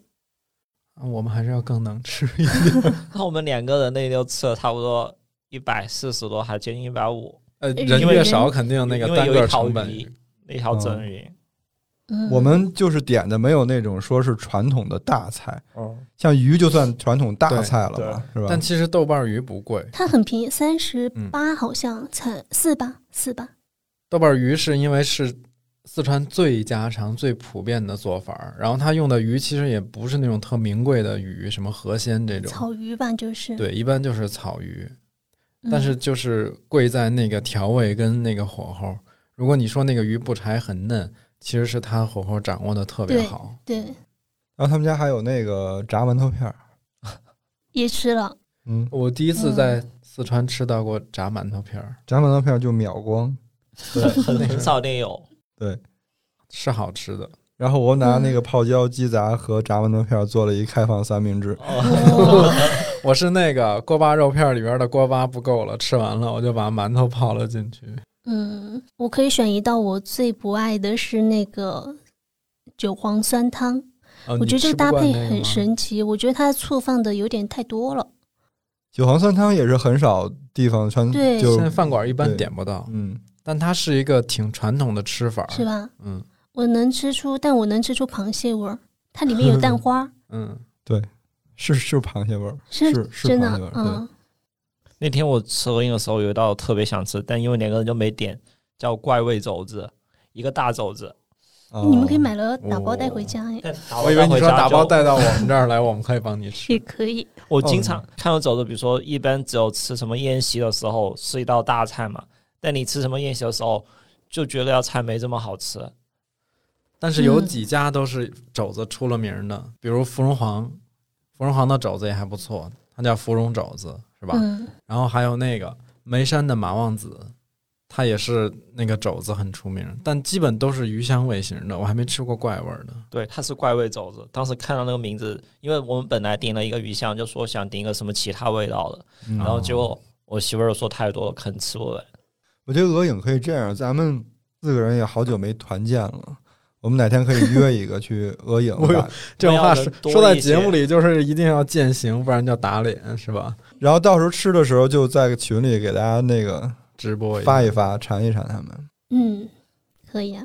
Speaker 4: 啊我们还是要更 能吃一点。
Speaker 5: 那我们两个人那天就吃了差不多一百四十多，还接近一百五，
Speaker 4: 呃，
Speaker 3: 因
Speaker 4: 人
Speaker 5: 为
Speaker 4: 越少，肯定那
Speaker 5: 因
Speaker 4: 个
Speaker 5: 为
Speaker 4: 单
Speaker 5: 有一
Speaker 4: 个
Speaker 5: 条
Speaker 4: 成本。
Speaker 5: 鱼，那条整鱼。
Speaker 3: 嗯，
Speaker 2: 我们就是点的没有那种说是传统的大菜，
Speaker 5: 嗯，
Speaker 2: 像鱼就算传统大菜了吧，是吧？
Speaker 4: 哦但其实豆瓣鱼不贵，
Speaker 3: 它很便宜，三十八
Speaker 4: 嗯
Speaker 3: 好像才四八四八。
Speaker 4: 豆瓣鱼是因为是四川最家常、最普遍的做法儿，然后它用的鱼其实也不是那种特名贵的鱼，什么河鲜这种，
Speaker 3: 草鱼吧，就是。
Speaker 4: 对，一般就是草鱼，
Speaker 3: 嗯，
Speaker 4: 但是就是贵在那个调味跟那个火候。如果你说那个鱼不柴很嫩，其实是它火候掌握的特别
Speaker 3: 对
Speaker 4: 好。
Speaker 3: 对
Speaker 2: 然后他们家还有那个炸馒头片儿，
Speaker 3: 也吃 了，
Speaker 2: 嗯，
Speaker 4: 我第一次在四川吃到过炸馒头片儿，
Speaker 2: 炸馒头片儿就秒光。
Speaker 5: 很
Speaker 4: 嗯
Speaker 5: 很少店有。
Speaker 2: 对，
Speaker 4: 是好吃的。
Speaker 2: 然后我拿那个泡椒鸡杂和炸馒头片儿做了一开放三明治，
Speaker 4: 我是那个锅巴肉片里边的锅巴不够了，吃完了我就把馒头泡了进去。
Speaker 3: 嗯，我可以选一道我最不爱的是那个韭黄酸汤，
Speaker 4: 哦
Speaker 3: 我觉得这个搭配很。
Speaker 4: 你吃不惯那个吗
Speaker 3: 神奇，我觉得它的醋放的有点太多了。
Speaker 2: 韭黄酸汤也是很少地方川
Speaker 3: 对
Speaker 2: 就
Speaker 4: 现在饭馆一般
Speaker 2: 对
Speaker 4: 点不到，
Speaker 2: 嗯，但
Speaker 4: 但它是一个挺传统的吃法，
Speaker 3: 是？吧？
Speaker 4: 嗯
Speaker 3: 我能吃出，但我能吃出螃蟹味儿，它里面有蛋花，
Speaker 4: 嗯，
Speaker 2: 是是螃蟹味儿，
Speaker 3: 是
Speaker 2: 是是
Speaker 3: 真的
Speaker 2: 螃蟹味儿，，对
Speaker 3: 嗯，
Speaker 5: 那天我吃鹅印的时候，有一道特别想吃，但因为两个人就没点，叫怪味肘子，一个大肘子。
Speaker 2: 哦
Speaker 3: 哎你们可以买了打包带回
Speaker 4: 哦
Speaker 3: 家，哎、
Speaker 5: 但打包
Speaker 4: 我以为你
Speaker 5: 带回
Speaker 4: 说
Speaker 5: 家
Speaker 4: 打包
Speaker 5: 就
Speaker 4: 带到我们这儿来，我们可以帮你吃
Speaker 3: 也。可以。
Speaker 5: 我经常
Speaker 4: 哦
Speaker 5: 看到肘子，比如说一般只有吃什么宴席的时候是一道大菜嘛，但你吃什么宴席的时候就觉得要菜没这么好吃。
Speaker 4: 但是有
Speaker 3: 嗯
Speaker 4: 几家都是肘子出了名的，比如芙蓉皇，芙蓉行的肘子也还不错，它叫芙蓉肘子是吧？
Speaker 3: 嗯
Speaker 4: 然后还有那个眉山的马王子，它也是那个肘子很出名，但基本都是鱼香味型的，我还没吃过怪味儿的。
Speaker 5: 对，它是怪味肘子。当时看到那个名字，因为我们本来订了一个鱼香，就说想订一个什么其他味道的，
Speaker 4: 嗯
Speaker 5: 然后结果我媳妇儿说太多了，肯吃不完。
Speaker 2: 我觉得鹅影可以这样，咱们四个人也好久没团建了，我们哪天可以约一个去鹅影
Speaker 4: 我有
Speaker 2: 吧，
Speaker 4: 这种话
Speaker 5: 不要
Speaker 4: 说
Speaker 5: 的多
Speaker 4: 说在
Speaker 5: 一些
Speaker 4: 节目里就是一定要践行，不然叫打脸是吧？
Speaker 2: 然后到时候吃的时候就在群里给大家那个
Speaker 4: 直播下
Speaker 2: 发一发，馋一馋他们。
Speaker 3: 嗯，可以啊。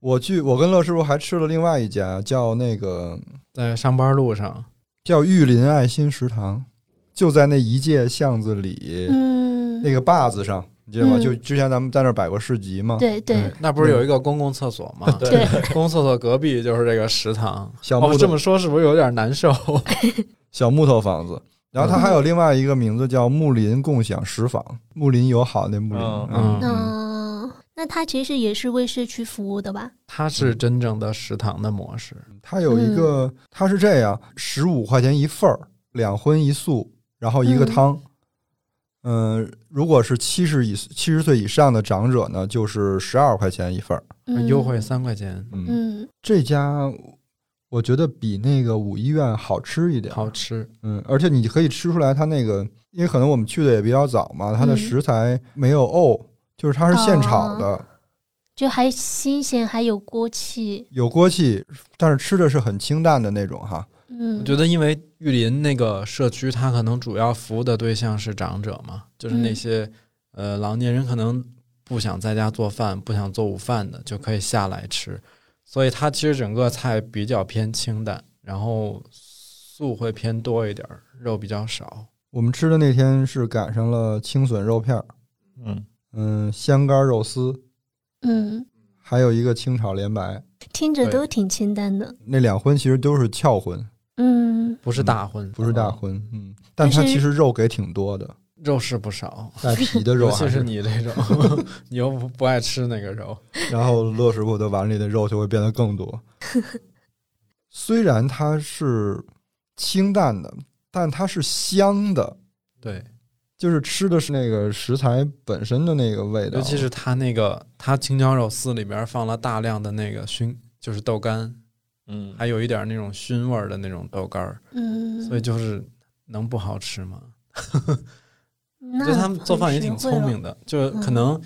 Speaker 2: 我去，我跟乐师傅还吃了另外一家，叫那个
Speaker 4: 在上班路上，
Speaker 2: 叫玉林爱心食堂，就在那一界巷子里、
Speaker 3: 嗯，
Speaker 2: 那个坝子上，你记得吗？
Speaker 3: 嗯
Speaker 2: 就之前咱们在那儿摆过市集嘛。
Speaker 3: 对对
Speaker 4: 那不是有一个公共厕所吗？
Speaker 5: 对
Speaker 3: 对，
Speaker 4: 公共厕所隔壁就是这个食堂。
Speaker 2: 小木
Speaker 4: 哦，
Speaker 2: 头
Speaker 4: 这么说是不是有点难受？
Speaker 2: 小木头房子。然后它
Speaker 3: 嗯
Speaker 2: 还有另外一个名字叫木林共享食坊，木林友好那木林。啊
Speaker 5: 嗯
Speaker 4: 嗯
Speaker 3: 嗯，那它其实也是为社区服务的吧？
Speaker 4: 它
Speaker 2: 嗯
Speaker 4: 是真正的食堂的模式，
Speaker 3: 嗯
Speaker 2: 它有一个，它是这样，十五块钱一份儿，两荤一素，然后一个
Speaker 3: 嗯
Speaker 2: 汤。嗯，如果是七十以七十岁以上的长者呢，就是十二块钱一份儿。
Speaker 3: 嗯，
Speaker 4: 啊优惠。三块钱，
Speaker 2: 嗯，
Speaker 3: 嗯
Speaker 2: 这家我觉得比那个五医院好吃一点。
Speaker 4: 好吃。
Speaker 2: 嗯，而且你可以吃出来它那个，因为可能我们去的也比较早嘛，它的
Speaker 3: 嗯
Speaker 2: 食材没有沤，就是它是现炒的，
Speaker 3: 就还新鲜，还有锅气。
Speaker 2: 有锅气，但是吃的是很清淡的那种哈。
Speaker 3: 嗯，
Speaker 4: 我觉得，因为玉林那个社区，它可能主要服务的对象是长者嘛，就是那
Speaker 3: 嗯
Speaker 4: 些、呃老年人可能不想在家做饭，不想做午饭的，就可以下来吃。所以它其实整个菜比较偏清淡，然后素会偏多一点儿，肉比较少。
Speaker 2: 我们吃的那天是赶上了青笋肉片儿，
Speaker 5: 嗯，
Speaker 2: 嗯，香干肉丝，
Speaker 3: 嗯，
Speaker 2: 还有一个清炒莲白。
Speaker 3: 听着
Speaker 4: 对
Speaker 3: 都挺清淡的。
Speaker 2: 那两荤其实都是翘荤，
Speaker 3: 嗯，
Speaker 4: 不是大荤，
Speaker 2: 不是大
Speaker 4: 嗯，
Speaker 2: 荤，嗯，但它
Speaker 3: 但是
Speaker 2: 其实肉给挺多的，
Speaker 4: 肉是不少，
Speaker 2: 带皮的肉啊
Speaker 4: 尤
Speaker 2: 还
Speaker 4: 其是
Speaker 2: 是。
Speaker 4: 你这种， 你又不不爱吃那个肉，
Speaker 2: 然后乐师傅的碗里的肉就会变得更 多。虽然它是清淡的，但它是香的，
Speaker 4: 对，
Speaker 2: 就是吃的是那个食材本身的那个味道。
Speaker 4: 尤其是它那个它青椒肉丝里边放了大量的那个熏，就是豆干，
Speaker 5: 嗯，
Speaker 4: 还有一点那种熏味儿的那种豆干儿，
Speaker 3: 嗯，
Speaker 4: 所以就是能不好吃吗？
Speaker 3: 那
Speaker 4: 我觉得他们做饭也
Speaker 3: 很
Speaker 4: 挺
Speaker 3: 实惠
Speaker 4: 聪
Speaker 3: 了
Speaker 4: 明的，就是可能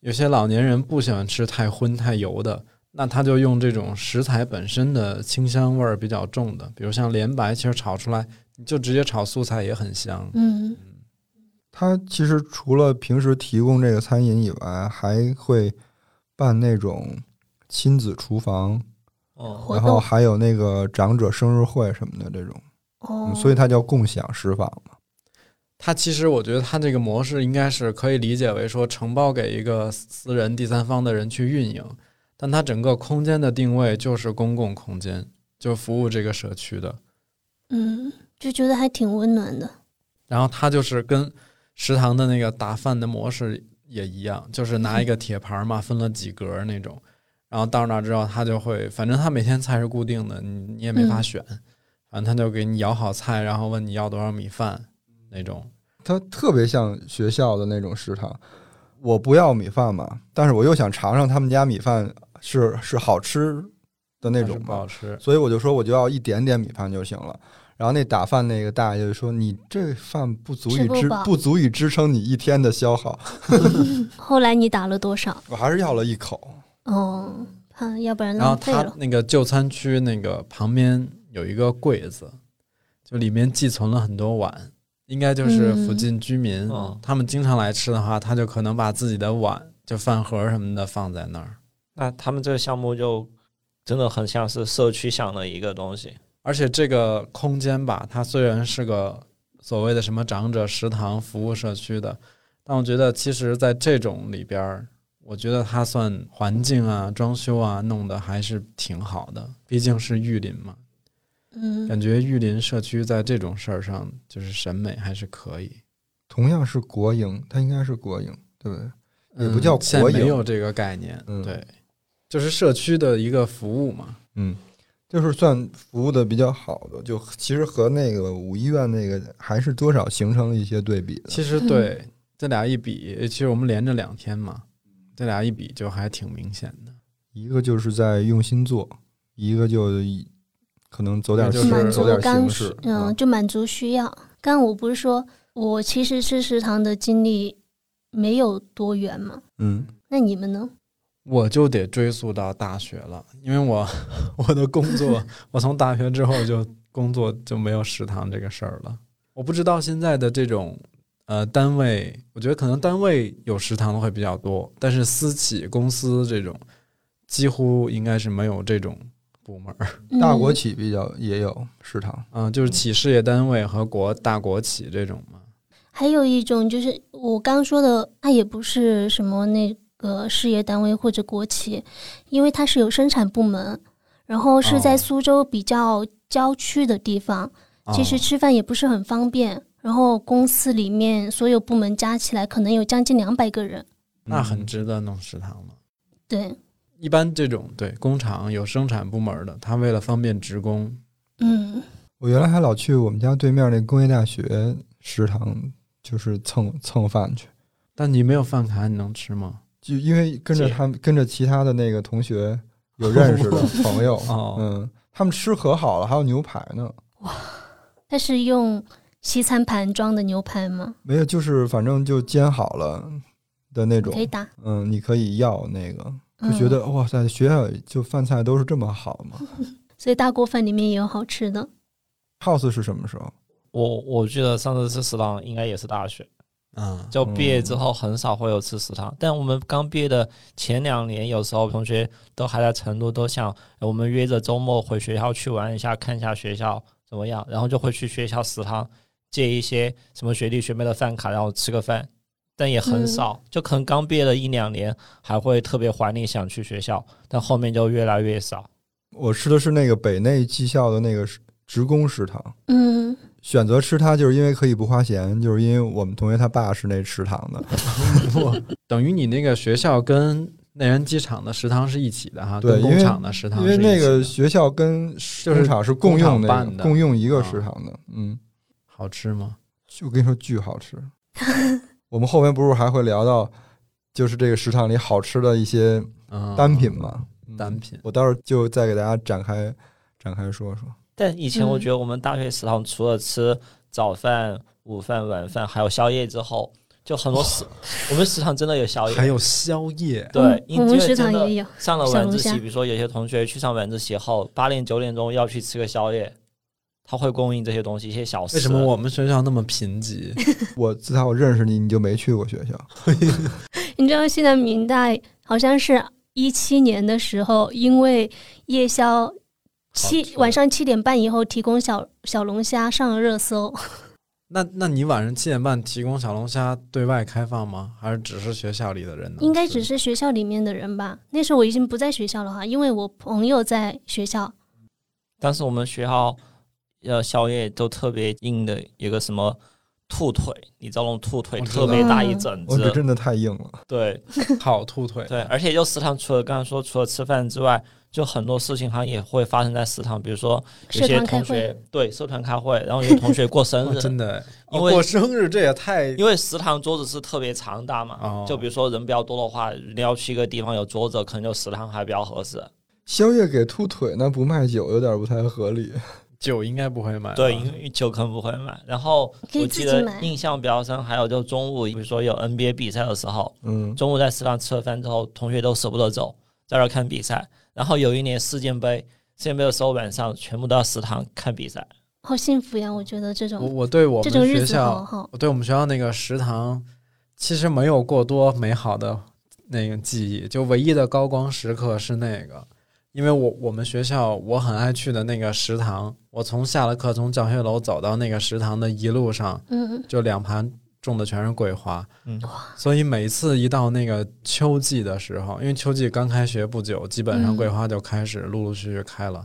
Speaker 4: 有些老年人不喜欢吃太荤太油的，那他就用这种食材本身的清香味儿比较重的，比如像莲白，其实炒出来你就直接炒素菜也很香。
Speaker 3: 嗯
Speaker 2: 它其实除了平时提供这个餐饮以外，还会办那种亲子厨房，
Speaker 5: 哦，
Speaker 3: 活
Speaker 2: 然后
Speaker 3: 动
Speaker 2: 还有那个长者生日会什么的这种，
Speaker 3: 哦
Speaker 2: 嗯，所以它叫共享食坊嘛。
Speaker 4: 它其实我觉得它这个模式应该是可以理解为说承包给一个私人第三方的人去运营，但它整个空间的定位就是公共空间，就服务这个社区的。
Speaker 3: 嗯，就觉得还挺温暖的。
Speaker 4: 然后它就是跟食堂的那个打饭的模式也一样，就是拿一个铁盘儿嘛，分了几格儿那种。然后到那儿之后，他就会，反正他每天菜是固定的，你你也没法
Speaker 3: 嗯
Speaker 4: 选，反正他就给你舀好菜，然后问你要多少米饭那种。
Speaker 2: 它特别像学校的那种食堂。我不要米饭嘛，但是我又想尝尝他们家米饭是是好吃的那
Speaker 4: 但是
Speaker 2: 种
Speaker 4: 不
Speaker 2: 嘛
Speaker 4: 好，吃，
Speaker 2: 所以我就说我就要一点点米饭就行了。然后那打饭那个大爷就说：“你这饭不足以
Speaker 3: 吃不
Speaker 2: 支
Speaker 3: 饱
Speaker 2: 不足以支撑你一天的消耗。
Speaker 3: 后来你打了多少？”
Speaker 2: 我还是要了一口，
Speaker 3: 哦，怕要不然
Speaker 4: 然后
Speaker 3: 浪费
Speaker 4: 他
Speaker 3: 了。
Speaker 4: 那个就餐区那个旁边有一个柜子，就里面寄存了很多碗，应该就是附近居民，
Speaker 5: 嗯
Speaker 4: 他们经常来吃的话，他就可能把自己的碗、就饭盒什么的放在那儿。
Speaker 5: 那他们这个项目就真的很像是社区想的一个东西。
Speaker 4: 而且这个空间吧，它虽然是个所谓的什么长者食堂服务社区的，但我觉得其实在这种里边儿，我觉得它算环境啊、装修啊弄得还是挺好的，毕竟是玉林嘛。
Speaker 3: 嗯
Speaker 4: 感觉玉林社区在这种事儿上，就是审美还是可以，
Speaker 2: 同样是国营，它应该是国营，对不对？也不叫
Speaker 4: 嗯现在
Speaker 2: 国营
Speaker 4: 没有这个概念，
Speaker 2: 嗯
Speaker 4: 对，就是社区的一个服务嘛。
Speaker 2: 嗯，就是算服务的比较好的，就其实和那个五医院那个还是多少形成了一些对比的。
Speaker 4: 其实对、这俩一比，其实我们连着两天嘛，这俩一比就还挺明显的。
Speaker 2: 一个就是在用心做，一个就一可能走点
Speaker 4: 就
Speaker 2: 形
Speaker 3: 满
Speaker 4: 是
Speaker 2: 走
Speaker 3: 足
Speaker 2: 点
Speaker 3: 刚
Speaker 2: 形
Speaker 3: 需
Speaker 2: 式，，
Speaker 3: 嗯，就满足需要。刚刚我不是说我其实吃食堂的经历没有多远嘛？
Speaker 2: 嗯，
Speaker 3: 那你们呢？
Speaker 4: 我就得追溯到大学了，因为我 我的工作，我从大学之后就工作就没有食堂这个事儿了。我不知道现在的这种呃单位，我觉得可能单位有食堂的会比较多，但是私企公司这种几乎应该是没有这种部门儿。
Speaker 2: 大国
Speaker 3: 嗯
Speaker 2: 企比较也有食堂，
Speaker 4: 嗯、就是企事业单位和国大国企这种嘛。
Speaker 3: 还有一种就是我刚说的，它也不是什么那个事业单位或者国企，因为它是有生产部门，然后是在
Speaker 4: 哦
Speaker 3: 苏州比较郊区的地方，
Speaker 4: 啊
Speaker 3: 其实吃饭也不是很方便。然后公司里面所有部门加起来可能有将近两百个人，
Speaker 4: 嗯那很
Speaker 2: 嗯
Speaker 4: 值得弄食堂了。
Speaker 3: 对，
Speaker 4: 一般这种对工厂有生产部门的，他为了方便职工，
Speaker 3: 嗯，
Speaker 2: 我原来还老去我们家对面那工业大学食堂，就是蹭蹭饭去，
Speaker 4: 但你没有饭卡，你能吃吗？
Speaker 2: 就因为跟着
Speaker 5: 姐
Speaker 2: 他们跟着其他的那个同学有认 识的朋友，
Speaker 4: 哦
Speaker 2: 嗯，他们吃可好了，还有牛排呢，
Speaker 3: 它是用西餐盘装的牛排吗？
Speaker 2: 没有，就是反正就煎好了的那种
Speaker 3: 可，以打，
Speaker 2: 嗯，你可以要那个，就觉得、
Speaker 3: 嗯，
Speaker 2: 哇塞，学校就饭菜都是这么好吗
Speaker 3: 所以大锅饭里面也有好吃的，
Speaker 2: ？House 是什么时候？
Speaker 5: 我我记得上次吃食堂应该也是大学，
Speaker 4: 啊，
Speaker 5: 就毕业之后很少会有吃食堂，但我们刚毕业的前两年，有时候同学都还在成都，都想呃我们约着周末回学校去玩一下，看一下学校怎么样，然后就会去学校食堂借一些什么学弟学妹的饭卡，然后吃个饭，但也很少，就可能刚毕业的一两年还会特别怀念想去学校，但后面就越来越少。
Speaker 2: 我吃的是那个北内技校的那个食职工食堂。
Speaker 3: 嗯，
Speaker 2: 选择吃它，就是因为可以不花钱，就是因为我们同学他爸是那食堂的，
Speaker 4: 等于你那个学校跟内燃机厂的食堂是一起的哈，
Speaker 2: 对
Speaker 4: 跟
Speaker 2: 因为
Speaker 4: 工厂的食堂
Speaker 2: 因为
Speaker 4: 是一起的
Speaker 2: 那个学校跟
Speaker 4: 是
Speaker 2: 工厂是共用
Speaker 4: 工厂
Speaker 2: 那
Speaker 4: 办
Speaker 2: 个
Speaker 4: 的啊
Speaker 2: 共用一个食堂的，嗯，
Speaker 4: 好吃吗？
Speaker 2: 就我跟你说巨好吃。我们后面不是还会聊到，就是这个食堂里好吃的一些
Speaker 4: 嗯，
Speaker 2: 单品嘛，嗯
Speaker 4: 单品
Speaker 2: 我到时候就再给大家展开展开说说。
Speaker 5: 但以前我
Speaker 3: 嗯
Speaker 5: 觉得我们大学食堂除了吃早饭、午饭、晚饭，还有宵夜之后，就很多食， 我们食堂真的有宵夜，
Speaker 4: 还有宵夜，
Speaker 5: 对
Speaker 3: 嗯，
Speaker 5: 因
Speaker 3: 我
Speaker 5: 为
Speaker 3: 们
Speaker 5: 真
Speaker 3: 食堂
Speaker 5: 的
Speaker 3: 也有
Speaker 5: 上了
Speaker 3: 小
Speaker 5: 晚
Speaker 3: 龙
Speaker 5: 自习，
Speaker 3: 虾
Speaker 5: 比如说有些同学去上晚自习后，八点九点钟要去吃个宵夜，他会供应这些东西，一些小食。
Speaker 4: 为什么我们学校那么贫瘠？
Speaker 2: 我自打我认识你，你就没去过学校，
Speaker 3: 你知道现在明代好像是一七年的时候，因为夜宵七晚上七点半以后提供小小龙虾上了热搜，
Speaker 4: 那那你晚上七点半提供小龙虾对外开放吗？还是只是学校里的人呢？
Speaker 3: 应该只是学校里面的人吧。那时候我已经不在学校了哈，因为我朋友在学校。
Speaker 5: 当时我们学校呃宵夜都特别硬的，有个什么兔腿，你知道那种兔腿
Speaker 4: 我知道
Speaker 5: 特别
Speaker 3: 嗯
Speaker 5: 大一整
Speaker 2: 我这
Speaker 5: 只，
Speaker 2: 真的太硬了。
Speaker 5: 对
Speaker 4: 烤兔腿，
Speaker 5: 对，而且就食堂除了刚才说除了吃饭之外，就很多事情好像也会发生在食堂，比如说有
Speaker 3: 社
Speaker 5: 些
Speaker 3: 团开
Speaker 5: 同
Speaker 3: 会，
Speaker 5: 学对社团开会，然后有些同学过生
Speaker 4: 哦
Speaker 5: 日，
Speaker 4: 真的，
Speaker 5: 因
Speaker 4: 哦
Speaker 5: 为
Speaker 4: 过生日这也太
Speaker 5: 因为食堂桌子是特别长大嘛，
Speaker 4: 哦
Speaker 5: 就比如说人比较多的话，你要去一个地方有桌子，可能就食堂还比较合适。
Speaker 2: 宵夜给兔腿那不卖酒有点不太合理。
Speaker 4: 酒应该不会买吧，
Speaker 5: 对，因为酒可能不会买。然后
Speaker 3: 可以
Speaker 5: 我
Speaker 3: 自
Speaker 5: 记
Speaker 3: 己
Speaker 5: 得
Speaker 3: 买
Speaker 5: 印象比较深，还有就中午，比如说有 NBA 比赛的时候，
Speaker 2: 嗯，
Speaker 5: 中午在食堂吃了饭之后，同学都舍不得走，在那儿看比赛。然后有一年世界杯，世界杯的时候晚上全部都在食堂看比赛。
Speaker 3: 好幸福呀！我觉得这
Speaker 4: 我
Speaker 3: 种
Speaker 4: 我对我
Speaker 3: 这
Speaker 4: 们
Speaker 3: 种日
Speaker 4: 学
Speaker 3: 子好
Speaker 4: 校，
Speaker 3: 好。
Speaker 4: 我对我们学校那个食堂，其实没有过多美好的那个记忆，就唯一的高光时刻是那个，因为我我们学校我很爱去的那个食堂，我从下了课从教学楼走到那个食堂的一路上，
Speaker 3: 嗯，
Speaker 4: 就两盘种的全是桂花，
Speaker 5: 嗯，
Speaker 4: 所以每次一到那个秋季的时候，因为秋季刚开学不久，基本上
Speaker 3: 嗯
Speaker 4: 桂花就开始陆陆续续开了。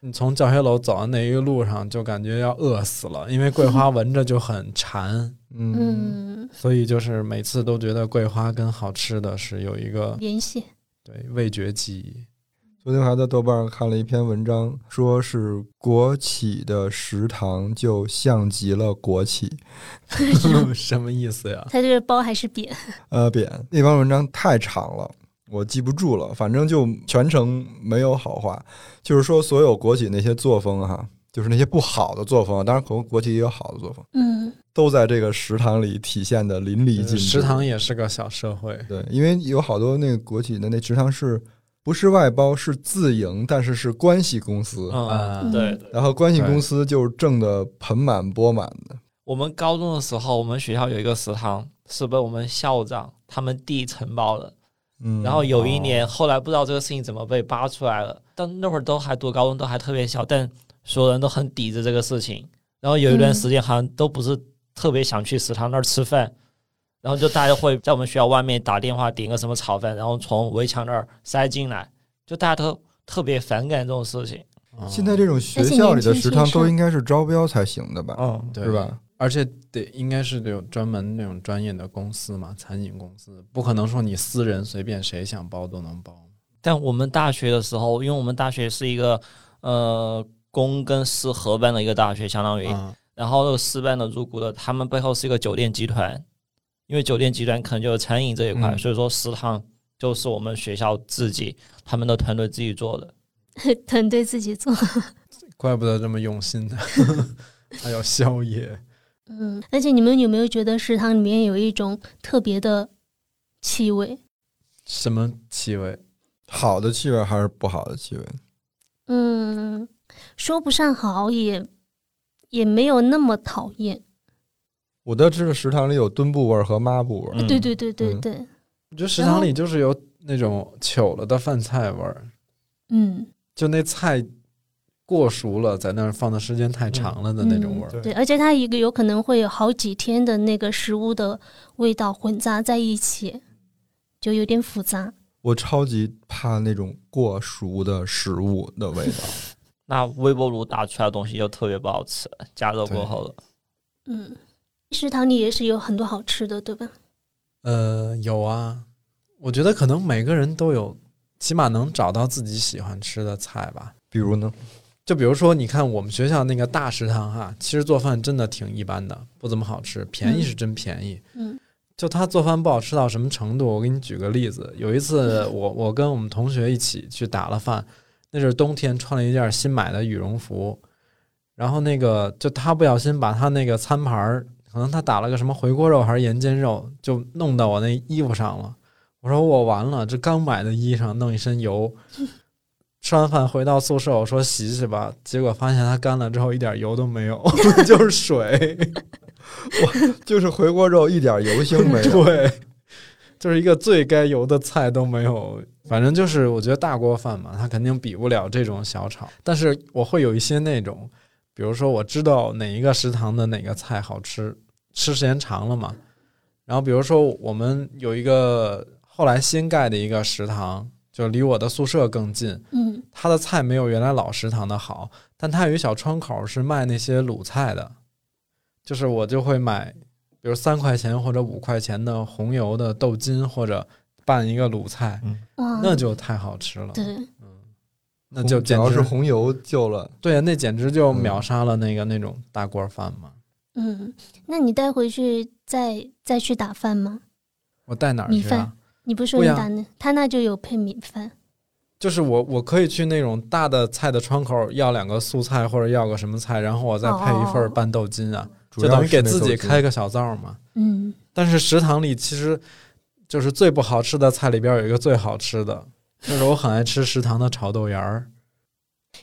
Speaker 4: 你从教学楼走到那一个路上，就感觉要饿死了，因为桂花闻着就很馋，
Speaker 2: 嗯，
Speaker 3: 嗯，
Speaker 4: 所以就是每
Speaker 3: 嗯
Speaker 4: 次都觉得桂花跟好吃的是有一个
Speaker 3: 联系。
Speaker 4: 对味觉记忆。
Speaker 2: 昨天我还在豆瓣上看了一篇文章，说是国企的食堂就像极了国企，
Speaker 4: 什么意思呀？
Speaker 3: 它这个包还是扁，
Speaker 2: 呃，扁那篇文章太长了，我记不住了，反正就全程没有好话。就是说，所有国企那些作风哈、就是那些不好的作风，当然国国企也有好的作风，
Speaker 3: 嗯，
Speaker 2: 都在这个食堂里体现的淋漓尽致。
Speaker 4: 食堂也是个小社会，
Speaker 2: 对，因为有好多那个国企的那食堂是不是外包是自营，但是是关系公司，
Speaker 5: 嗯，
Speaker 3: 嗯
Speaker 5: 对。
Speaker 2: 然后关系
Speaker 4: 啊对
Speaker 2: 公司就挣得盆满钵满的。
Speaker 5: 我们高中的时候，我们学校有一个食堂是被我们校长他们弟承包了。
Speaker 2: 嗯，
Speaker 5: 然后有一年，后来不知道这个事情怎么被扒出来了，但那会儿都还读高中，都还特别小，但所有人都很抵制这个事情。然后有一段时间好像都不是特别想去食堂那儿吃饭，然后就大家会在我们学校外面打电话点个什么炒饭，然后从围墙那儿塞进来，就大家都特别反感这种事情。
Speaker 4: 嗯
Speaker 2: 现在这种学校里的食堂都应该是招标才行的吧？
Speaker 5: 嗯，
Speaker 4: 哦对
Speaker 2: 是？吧？
Speaker 4: 而且得应该是得有专门那种专业的公司嘛，餐饮公司，不可能说你私人随便谁想包都能包。
Speaker 5: 但我们大学的时候，因为我们大学是一个呃公跟私合办的一个大学，相当于，
Speaker 4: 啊，
Speaker 5: 然后那个私办的入股的，他们背后是一个酒店集团，因为酒店集团可能就有餐饮这一块，
Speaker 4: 嗯
Speaker 5: 所以说食堂就是我们学校自己他们的团队自己做的。
Speaker 3: 团队自己做，
Speaker 4: 怪不得这么用 心呢，还有宵夜。
Speaker 3: 嗯，而且你们有没有觉得食堂里面有一种特别的气味？
Speaker 4: 什么气味？
Speaker 2: 好的气味还是不好的气味？
Speaker 3: 嗯，说不上好，也也没有那么讨厌。
Speaker 2: 我的这个食堂里有墩布味儿和抹布味儿，
Speaker 5: 嗯
Speaker 3: 对对对对
Speaker 2: 嗯
Speaker 3: 对，
Speaker 4: 我觉得食堂里就是有那种糗了的饭菜味儿，
Speaker 3: 嗯，
Speaker 4: 就那菜过熟了，在那儿放的时间太长了的那种味儿。
Speaker 2: 嗯
Speaker 3: 对，而且它一个有可能会有好几天的那个食物的味道混杂在一起，就有点复杂。
Speaker 2: 我超级怕那种过熟的食物的味道。
Speaker 5: 那微波炉打出来的东西就特别不好吃，加热过后的。
Speaker 3: 嗯，食堂里也是有很多好吃的，对吧？
Speaker 4: 呃，有啊，我觉得可能每个人都有，起码能找到自己喜欢吃的菜吧。
Speaker 2: 比如呢，
Speaker 4: 就比如说，你看我们学校那个大食堂哈，其实做饭真的挺一般的，不怎么好吃，便宜是真便宜。
Speaker 3: 嗯
Speaker 4: 就他做饭不好吃到什么程度，我给你举个例子。有一次我，我跟我们同学一起去打了饭，那是冬天穿了一件新买的羽绒服，然后那个就他不小心把他那个餐盘儿，可能他打了个什么回锅肉还是盐煎肉，就弄到我那衣服上了。我说我完了，这刚买的衣裳弄一身油。吃完饭回到宿舍，我说洗洗吧，结果发现它干了之后一点油都没有，就是水。
Speaker 2: 就是回锅肉一点油腥没有。
Speaker 4: 对，就是一个最该油的菜都没有。反正就是，我觉得大锅饭嘛，它肯定比不了这种小炒。但是我会有一些那种，比如说我知道哪一个食堂的哪个菜好吃，吃时间长了嘛。然后比如说我们有一个后来新盖的一个食堂，就离我的宿舍更近，
Speaker 3: 嗯
Speaker 4: 它的菜没有原来老食堂的好，但它有一小窗口是卖那些卤菜的，就是我就会买，比如三块钱或者五块钱的红油的豆筋，或者拌一个卤菜，
Speaker 3: 哇，
Speaker 4: 那就太好吃
Speaker 3: 嗯
Speaker 4: 了，
Speaker 3: 对，
Speaker 4: 那就
Speaker 2: 只
Speaker 4: 简
Speaker 2: 要是
Speaker 4: 直
Speaker 2: 红油救了。
Speaker 4: 对啊，那简直就秒杀了那个那种大锅饭嘛。
Speaker 3: 嗯，那你带回去再再去打饭吗？
Speaker 4: 我带哪儿
Speaker 3: 米
Speaker 4: 去
Speaker 3: 饭
Speaker 4: 啊？
Speaker 3: 你不是说
Speaker 4: 不
Speaker 3: 你
Speaker 4: 呀
Speaker 3: 打那，他那就有配米饭。
Speaker 4: 就是我，我可以去那种大的菜的窗口要两个素菜或者要个什么菜，然后我再配一
Speaker 3: 哦
Speaker 4: 份儿拌豆筋啊，
Speaker 2: 主
Speaker 4: 就
Speaker 2: 要
Speaker 4: 等于
Speaker 2: 是
Speaker 4: 给
Speaker 2: 那
Speaker 4: 自
Speaker 2: 豆
Speaker 4: 己开
Speaker 2: 筋
Speaker 4: 个小灶嘛。
Speaker 3: 嗯，
Speaker 4: 但是食堂里其实就是最不好吃的菜里边有一个最好吃的，就是我很爱吃食堂的炒豆芽儿，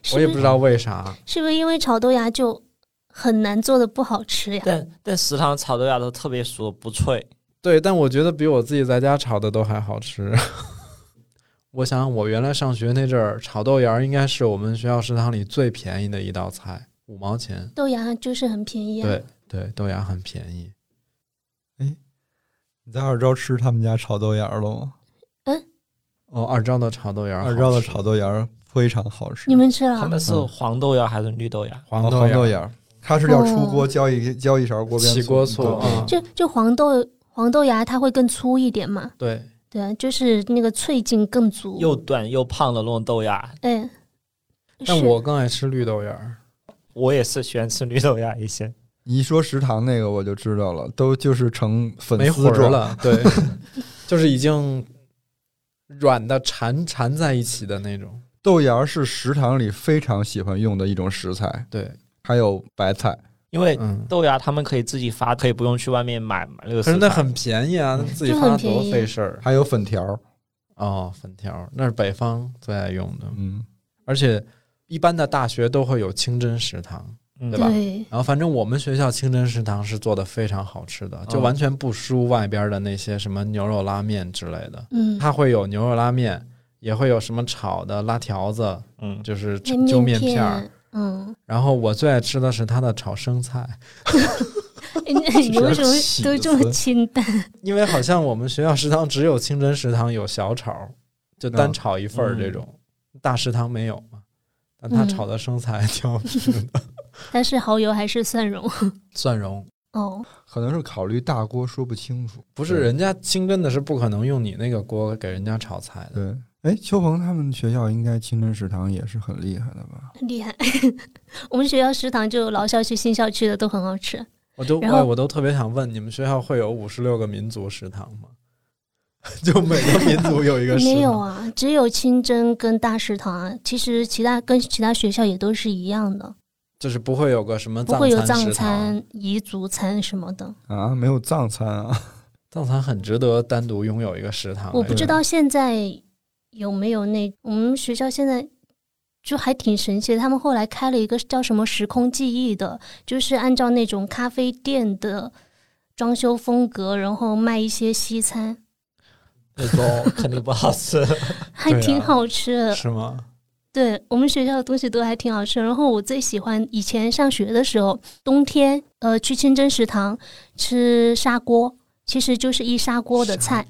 Speaker 3: 是
Speaker 4: 我也不知
Speaker 3: 道
Speaker 4: 道为啥。
Speaker 3: 是不是因为炒豆芽就很难做的不好吃呀？
Speaker 5: 但但食堂炒豆芽都特别熟，不脆。
Speaker 4: 对，但我觉得比我自己在家炒的都还好吃。 我想我原来上学那阵儿，炒豆芽儿应该是我们学校食堂里最便宜的一道菜，五毛钱。
Speaker 3: 豆芽就是很便宜啊。
Speaker 4: 对对，豆芽很便宜。
Speaker 2: 你在二招吃他们家炒豆芽了吗？
Speaker 4: 哦，二招的炒豆芽儿好吃，
Speaker 2: 二招的炒豆芽非常好吃。
Speaker 3: 你们吃了
Speaker 5: 他
Speaker 3: 啊？
Speaker 5: 们是
Speaker 2: 嗯
Speaker 5: 黄豆芽还是绿豆芽？
Speaker 4: 黄
Speaker 2: 豆
Speaker 4: 豆
Speaker 2: 芽，它是要出锅
Speaker 3: 哦
Speaker 2: 浇一浇一勺锅边
Speaker 4: 起锅醋
Speaker 2: 对
Speaker 4: 啊
Speaker 3: 就就黄豆黄豆芽它会更粗一点嘛？
Speaker 4: 对，
Speaker 3: 对啊，就是那个脆劲更
Speaker 4: 嗯
Speaker 3: 足。
Speaker 5: 又短又胖的那种豆芽，
Speaker 3: 哎，
Speaker 4: 但
Speaker 3: 是
Speaker 4: 我更爱吃绿豆芽儿。
Speaker 5: 我也是喜欢吃绿豆芽一些。
Speaker 2: 你一说食堂那个我就知道了，都就是成粉
Speaker 4: 没
Speaker 2: 丝
Speaker 4: 魂
Speaker 2: 状
Speaker 4: 儿。了，对，就是已经软的缠缠在一起的那种。
Speaker 2: 豆芽儿是食堂里非常喜欢用的一种食材，
Speaker 4: 对，
Speaker 2: 还有白菜。
Speaker 5: 因
Speaker 2: 哎
Speaker 5: 为
Speaker 4: 嗯，
Speaker 5: 豆芽他们可以自己发，可以不用去外面买买那个
Speaker 4: 可
Speaker 5: 食
Speaker 4: 是那
Speaker 5: 材。
Speaker 4: 很便宜
Speaker 2: 嗯
Speaker 4: 啊，自己
Speaker 3: 就
Speaker 4: 发
Speaker 3: 很便
Speaker 4: 多
Speaker 3: 宜
Speaker 4: 费事儿啊
Speaker 2: 还有粉条儿，
Speaker 4: 哦。粉条儿那是北方最爱用的，
Speaker 2: 嗯，
Speaker 4: 而且一般的大学都会有清真食堂，
Speaker 5: 嗯
Speaker 4: 对吧
Speaker 3: 对，
Speaker 4: 然后反正我们学校清真食堂是做的非常好吃的，
Speaker 2: 哦
Speaker 4: 就
Speaker 5: 嗯
Speaker 4: 完全不输外边儿的那些什么牛肉拉面之类的。
Speaker 3: 嗯，
Speaker 4: 它会有牛肉拉面，也会有什么炒的拉条子，
Speaker 5: 嗯，
Speaker 4: 就是
Speaker 3: 那
Speaker 4: 揪面片儿。
Speaker 3: 片， 嗯，
Speaker 4: 然后我最爱吃的是它的炒生菜，
Speaker 3: 哎你你为什么都这么清淡？
Speaker 4: 因为好像我们学校食堂只有清真食堂有小炒，就单
Speaker 2: 啊
Speaker 4: 炒一份儿这种，大食堂没有嘛。但它
Speaker 3: 嗯
Speaker 4: 炒的生菜挺好吃的，
Speaker 3: 它是蚝油还是蒜蓉？
Speaker 4: 蒜蓉
Speaker 3: 哦，
Speaker 2: 可能是考虑大锅说不清楚。
Speaker 4: 不是人家清真的是不可能用你那个锅给人家炒菜的。
Speaker 2: 对，哎，秋鹏他们学校应该清真食堂也是很厉害的吧？
Speaker 3: 很厉害！ 我们学校食堂就老校区、新校区的都很好吃。
Speaker 4: 我都哎
Speaker 3: 然后
Speaker 4: 我我都特别想问，你们学校会有五十六个民族食堂吗？ 就每个民族有一个食堂？
Speaker 3: 没有啊，只有清真跟大食堂啊。其实其他跟其他学校也都是一样的，
Speaker 4: 就是不会有个什么
Speaker 3: 不
Speaker 4: 藏
Speaker 3: 会有
Speaker 4: 餐
Speaker 3: 藏
Speaker 4: 食堂，
Speaker 3: 餐、彝族餐什么的。
Speaker 2: 啊，没有藏餐啊，
Speaker 4: 藏餐很值得单独拥有一个食堂。
Speaker 3: 我不
Speaker 4: 哎
Speaker 3: 知道现在有没有那我们学校现在就还挺神奇的，他们后来开了一个叫什么“时空记忆”的，就是按照那种咖啡店的装修风格，然后卖一些西餐，
Speaker 5: 那种肯定不好吃。
Speaker 3: 还
Speaker 4: 对啊
Speaker 3: 挺好吃的。
Speaker 4: 是吗？
Speaker 3: 对我们学校的东西都还挺好吃。然后我最喜欢以前上学的时候，冬天呃去清真食堂吃砂锅，其实就是一砂锅的
Speaker 4: 砂
Speaker 3: 菜，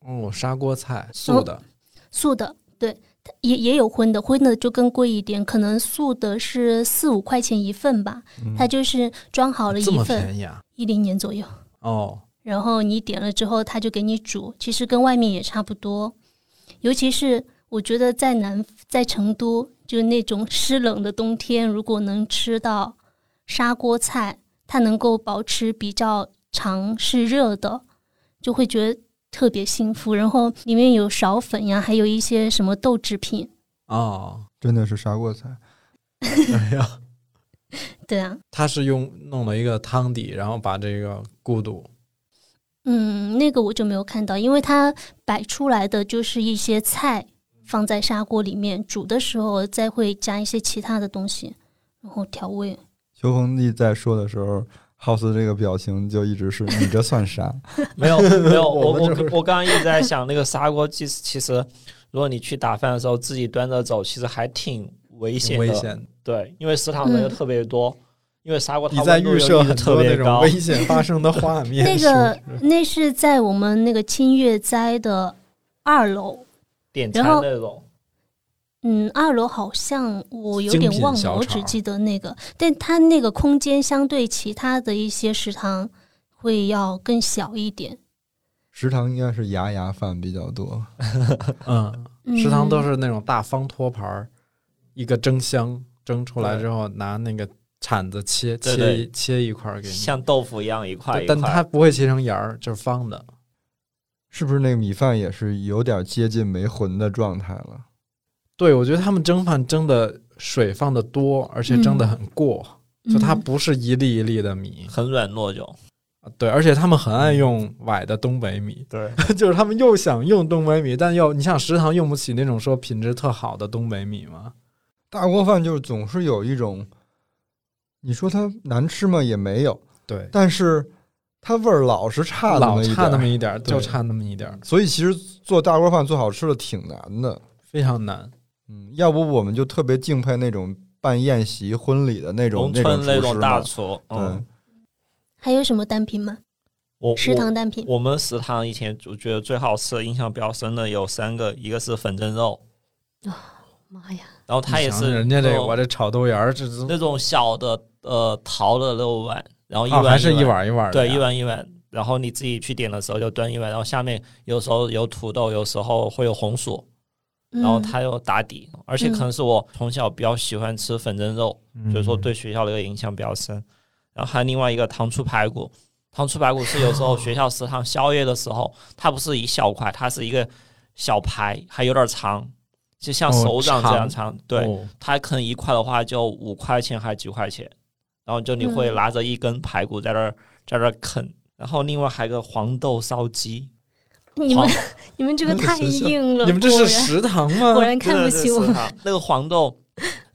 Speaker 4: 哦，砂锅菜
Speaker 3: 哦
Speaker 4: 素的，
Speaker 3: 素的。对，它也也有荤的，荤的就更贵一点，可能素的是四五块钱一份吧。
Speaker 2: 嗯
Speaker 3: 它就是装好了
Speaker 4: 这
Speaker 3: 一
Speaker 4: 么
Speaker 3: 份，
Speaker 4: 便宜啊？
Speaker 3: 一零年左右。
Speaker 4: 哦，
Speaker 3: 然后你点了之后，他就给你煮，其实跟外面也差不多。尤其是我觉得在南在成都，就那种湿冷的冬天，如果能吃到砂锅菜，它能够保持比较长是热的，就会觉得特别幸福。然后里面有苕粉呀，还有一些什么豆制品，
Speaker 4: 哦，
Speaker 2: 真的是砂锅菜。
Speaker 4: 哎呀，
Speaker 3: 对啊，
Speaker 4: 他是用弄了一个汤底，然后把这个咕嘟，
Speaker 3: 嗯，那个我就没有看到，因为它摆出来的就是一些菜放在砂锅里面煮的时候，再会加一些其他的东西，然后调味。
Speaker 2: 秋鹏弟在说的时候，House 这个表情就一直是你这算 啥？
Speaker 5: 没有没有，我
Speaker 4: 我们
Speaker 5: 我
Speaker 4: 这不是
Speaker 5: 我刚刚一直在想那个砂锅，其实其实如果你去打饭的时候自己端着走，其实还挺危
Speaker 4: 挺
Speaker 5: 险
Speaker 4: 危
Speaker 5: 的。
Speaker 4: 险。
Speaker 5: 对，因为食堂人又
Speaker 3: 嗯
Speaker 5: 特别多，因为砂锅
Speaker 4: 你
Speaker 5: 它
Speaker 4: 在
Speaker 5: 温度
Speaker 4: 预设
Speaker 5: 又一直
Speaker 4: 很
Speaker 5: 特
Speaker 4: 多那
Speaker 5: 别
Speaker 4: 种
Speaker 5: 高。
Speaker 4: 危险发生的画面。
Speaker 3: 那个那是在我们那个清月斋的二楼，
Speaker 5: 点
Speaker 3: 然
Speaker 5: 餐
Speaker 3: 后
Speaker 5: 那种，
Speaker 3: 嗯，二楼好像我有
Speaker 4: 精
Speaker 3: 点
Speaker 4: 品
Speaker 3: 忘
Speaker 4: 小
Speaker 3: 了，我
Speaker 4: 炒
Speaker 3: 只记得那个，但它那个空间相对其他的一些食堂会要更小一点。
Speaker 2: 食堂应该是牙牙饭比较多，
Speaker 4: 嗯，食堂
Speaker 3: 嗯
Speaker 4: 都是那种大方托盘儿，一个蒸箱蒸出来之后，拿那个铲子切
Speaker 5: 对
Speaker 4: 切一切一块儿给你，
Speaker 5: 像豆腐一样一块
Speaker 4: 但
Speaker 5: 一
Speaker 4: 但
Speaker 5: 块。
Speaker 4: 它不会切成芽儿，就是方的。
Speaker 2: 是不是？那个米饭也是有点接近没魂的状态了。
Speaker 4: 对，我觉得他们蒸饭蒸的水放的多，而且蒸的很过，就它
Speaker 3: 嗯
Speaker 4: 不是一粒一粒的米。
Speaker 5: 很软糯就
Speaker 4: 对，而且他们很爱用崴的东北米，
Speaker 5: 对，
Speaker 4: 就是他们又想用东北米，但又你像食堂用不起那种说品质特好的东北米嘛。
Speaker 2: 大锅饭就是总是有一种，你说它难吃吗？也没有，
Speaker 4: 对，
Speaker 2: 但是它味儿老是差那
Speaker 4: 老
Speaker 2: 么一
Speaker 4: 差
Speaker 2: 点
Speaker 4: 那么
Speaker 2: 儿。
Speaker 4: 一点儿，
Speaker 2: 对
Speaker 4: 就差那么一点儿，
Speaker 2: 所以其实做大锅饭做好吃的挺难的。
Speaker 4: 非常难。
Speaker 2: 嗯，要不我们就特别敬佩那种办宴席、婚礼的那种
Speaker 5: 农村那
Speaker 2: 那厨
Speaker 5: 种
Speaker 2: 师
Speaker 5: 大
Speaker 2: 嘛
Speaker 5: 厨。
Speaker 2: 对
Speaker 5: 嗯，
Speaker 3: 还有什么单品吗？
Speaker 5: 我
Speaker 3: 食
Speaker 5: 我
Speaker 3: 堂单品。
Speaker 5: 我们食堂以前我觉得最好吃的、印象比较深的有三个，一个是粉蒸肉，
Speaker 3: 妈呀！
Speaker 5: 然后它也
Speaker 4: 你想
Speaker 5: 是
Speaker 4: 想人家这
Speaker 5: 那
Speaker 4: 个，
Speaker 5: 种
Speaker 4: 我这炒豆芽儿，这这
Speaker 5: 那种小的呃陶的那种碗，然后一
Speaker 4: 哦
Speaker 5: 碗
Speaker 4: 还是
Speaker 5: 一
Speaker 4: 一碗一碗的
Speaker 5: 对
Speaker 4: 呀
Speaker 5: 一碗一碗，然后你自己去点的时候就端一碗，然后下面有时候有土豆，有时候会有红薯，
Speaker 3: 嗯
Speaker 5: 然后它又打底，而且可能是我从小比较喜欢吃粉蒸肉，
Speaker 4: 嗯
Speaker 5: 所以说对学校的一个影响比较深。然后还有另外一个糖醋排骨，糖醋排骨是有时候学校食堂宵夜的时候，它不是一小块，它是一个小排，还有点长，就像
Speaker 4: 哦
Speaker 5: 手掌这样
Speaker 4: 长
Speaker 5: 长。对，
Speaker 4: 哦
Speaker 5: 它可能一块的话就五块钱还几块钱，然后就你会
Speaker 3: 嗯
Speaker 5: 拿着一根排骨在那儿在那儿啃，然后另外还有个黄豆烧鸡，
Speaker 3: 你
Speaker 5: 黄
Speaker 3: 们你们这个太硬了，
Speaker 4: 你们这
Speaker 3: 果
Speaker 4: 是
Speaker 3: 然
Speaker 4: 食堂
Speaker 3: 果
Speaker 4: 吗？
Speaker 3: 然看不
Speaker 4: 啊
Speaker 3: 起我们。
Speaker 5: 真的是食堂那个黄豆，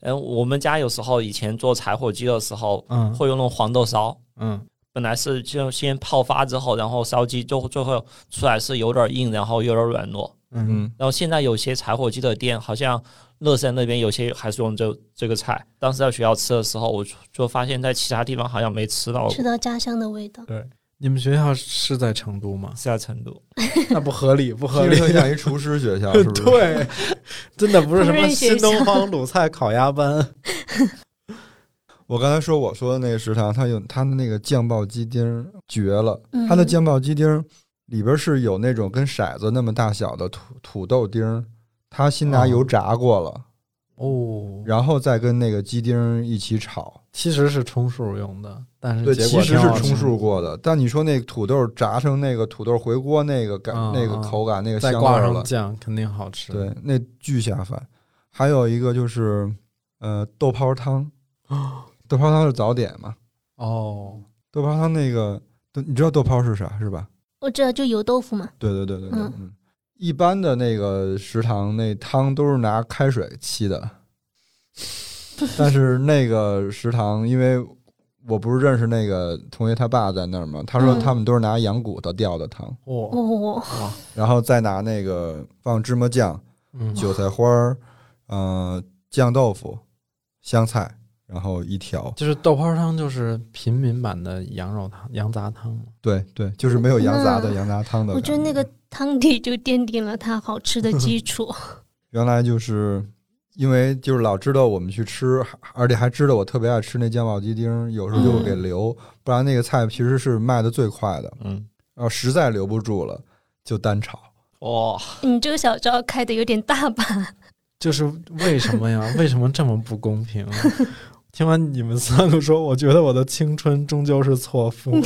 Speaker 5: 嗯，我们家有时候以前做柴火鸡的时候
Speaker 4: 嗯
Speaker 5: 会用那种黄豆烧，
Speaker 4: 嗯，
Speaker 5: 本来是就先泡发之后，然后烧鸡就最后出来是有点硬，然后有点软糯。
Speaker 4: 嗯
Speaker 2: 嗯，
Speaker 5: 然后现在有些柴火鸡的店，好像乐山那边有些还是用这这个菜。当时在学校吃的时候，我就就发现，在其他地方好像没吃到过？
Speaker 3: 吃。到家乡的味道，
Speaker 4: 你们学校是在成都吗
Speaker 5: 是在成都，
Speaker 4: 那不合理，不合
Speaker 2: 听
Speaker 4: 理。
Speaker 2: 着像一厨师学校，啊是不是？
Speaker 4: 对，真的不是什
Speaker 3: 烹
Speaker 4: 么
Speaker 3: 饪学
Speaker 4: 新东
Speaker 3: 校
Speaker 4: 方鲁菜烤鸭班。
Speaker 2: 我刚才说我说的那个食堂，它有它的那个酱爆鸡丁儿绝了，
Speaker 3: 嗯
Speaker 2: 它的酱爆鸡丁儿里边是有那种跟骰子那么大小的土土豆丁儿，它先拿
Speaker 4: 哦
Speaker 2: 油炸过了，
Speaker 4: 哦，
Speaker 2: 然后再跟那个鸡丁儿一起炒。
Speaker 4: 其实是充数用的，但是
Speaker 2: 对，
Speaker 4: 结
Speaker 2: 其
Speaker 4: 果
Speaker 2: 实
Speaker 4: 挺
Speaker 2: 是
Speaker 4: 好
Speaker 2: 充
Speaker 4: 吃
Speaker 2: 数过的，但你说那个土豆炸成那个土豆回锅那个感、
Speaker 4: 嗯
Speaker 2: 那个
Speaker 4: 嗯
Speaker 2: 口感、那个
Speaker 4: 再
Speaker 2: 香味
Speaker 4: 挂
Speaker 2: 儿
Speaker 4: 上
Speaker 2: 了，
Speaker 4: 酱肯定好吃。
Speaker 2: 对，那巨下饭。还有一个就是，呃，豆泡 汤，豆泡汤是早点嘛？
Speaker 4: 哦，
Speaker 2: 豆泡汤那个，都你知道豆泡是啥是吧？
Speaker 3: 我知道哦就油豆腐嘛，
Speaker 2: 对对对对对，
Speaker 3: 嗯
Speaker 2: 嗯。一般的那个食堂那汤都是拿开水沏的，但是那个食堂，因为我不是认识那个同学他爸在那儿嘛，他说
Speaker 3: 嗯
Speaker 2: 他们都是拿羊骨头吊的汤，
Speaker 4: 哦，
Speaker 3: 哦，
Speaker 2: 然后再拿那个放芝麻酱、
Speaker 4: 嗯，
Speaker 2: 韭菜花儿、呃酱豆腐、香菜，然后一调。
Speaker 4: 就是豆泡汤，就是平民版的羊肉汤、羊杂汤嘛。
Speaker 2: 对对，就是没有羊杂的
Speaker 3: 嗯
Speaker 2: 羊杂汤的
Speaker 3: 我
Speaker 2: 感。
Speaker 3: 觉得那
Speaker 4: 嗯
Speaker 3: 个汤底就奠定了它好吃的基 础。
Speaker 2: 原来就是因为就是老知道我们去吃，还而且还知道我特别爱吃那酱爆鸡丁，有时候就会给留，不然那个菜其实是卖的最快的。
Speaker 5: 嗯，
Speaker 2: 然后实在留不住了，就单炒。
Speaker 5: 哇，
Speaker 3: 你这个小招开的有点大吧？
Speaker 4: 就是为什 么呀？为什么这么不公平？啊听完你们三个说，我觉得我的青春终究是错付了。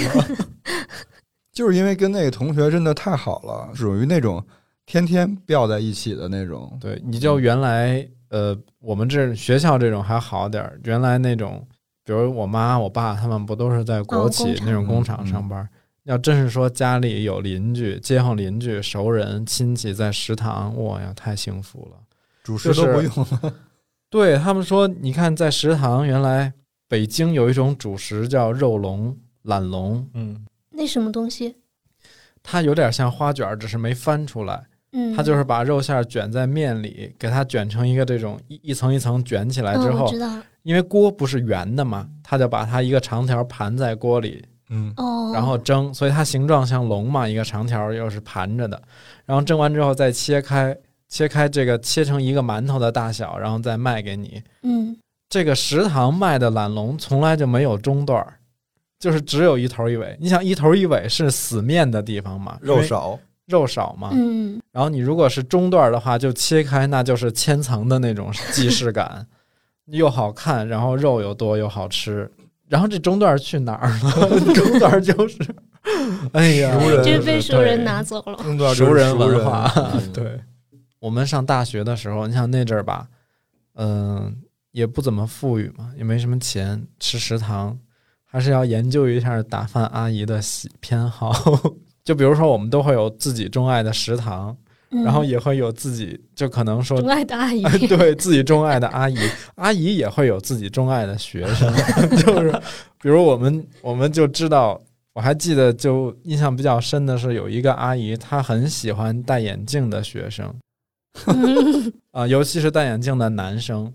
Speaker 2: 就是因为跟那个同学真的太好了，属于那种天天吊在一起的那种。
Speaker 4: 对，你
Speaker 2: 嗯
Speaker 4: 就原来呃，我们这学校这种还好点儿，原来那种，比如我妈我爸他们不都是在国
Speaker 3: 哦
Speaker 4: 企
Speaker 3: 工厂
Speaker 4: 那种工
Speaker 2: 嗯
Speaker 4: 厂
Speaker 2: 嗯
Speaker 4: 上班儿？要真是说家里有邻居、街坊邻居、熟人、亲戚在食堂，哇呀，太幸福了。
Speaker 2: 主食都不用了，
Speaker 4: 对他们说，你看在食堂，原来北京有一种主食叫肉龙、懒龙，
Speaker 5: 嗯，
Speaker 3: 那什么东西？
Speaker 4: 它有点像花卷儿，只是没翻出来。
Speaker 3: 嗯，
Speaker 4: 它就是把肉馅儿卷在面里，给它卷成一个这种一一层一层卷起来之
Speaker 3: 嗯，我
Speaker 4: 后
Speaker 3: 知，道了
Speaker 4: 因为锅不是圆的嘛，它就把它一个长条盘在锅里，
Speaker 2: 嗯，
Speaker 3: 哦，
Speaker 4: 然后蒸，所以它形状像龙嘛，一个长条又是盘着的，然后蒸完之后再切开，切开这个切成一个馒头的大小，然后再卖给你。
Speaker 3: 嗯，
Speaker 4: 这个食堂卖的懒龙从来就没有中段儿，就是只有一头一尾。你想一头一尾是死面的地方嘛，
Speaker 2: 肉少。
Speaker 4: 肉少嘛，
Speaker 3: 嗯
Speaker 4: 然后你如果是中段儿的话，就切开，那就是千层的那种既视感， 又好看，然后肉又多又好吃。然后这中段儿去哪儿了？ 中段儿就是， 哎呀，
Speaker 2: 熟人
Speaker 3: 就是被熟人
Speaker 4: 对
Speaker 3: 拿走了。
Speaker 2: 中段就是
Speaker 4: 熟人
Speaker 2: 熟
Speaker 4: 文化。
Speaker 2: 嗯
Speaker 4: 对，我们上大学的时候，你像那阵儿吧，嗯、也不怎么富裕嘛，也没什么钱，吃食堂还是要研究一下打饭阿姨的喜偏好。 就比如说，我们都会有自己钟爱的食堂，
Speaker 3: 嗯
Speaker 4: 然后也会有自己，就可能说
Speaker 3: 钟爱的阿姨，
Speaker 4: 对自己钟爱的阿姨，阿姨也会有自己钟爱的学生， 就是比如我们我们就知道，我还记得就印象比较深的是有一个阿姨，她很喜欢戴眼镜的学生
Speaker 3: 嗯
Speaker 4: 啊、尤其是戴眼镜的男生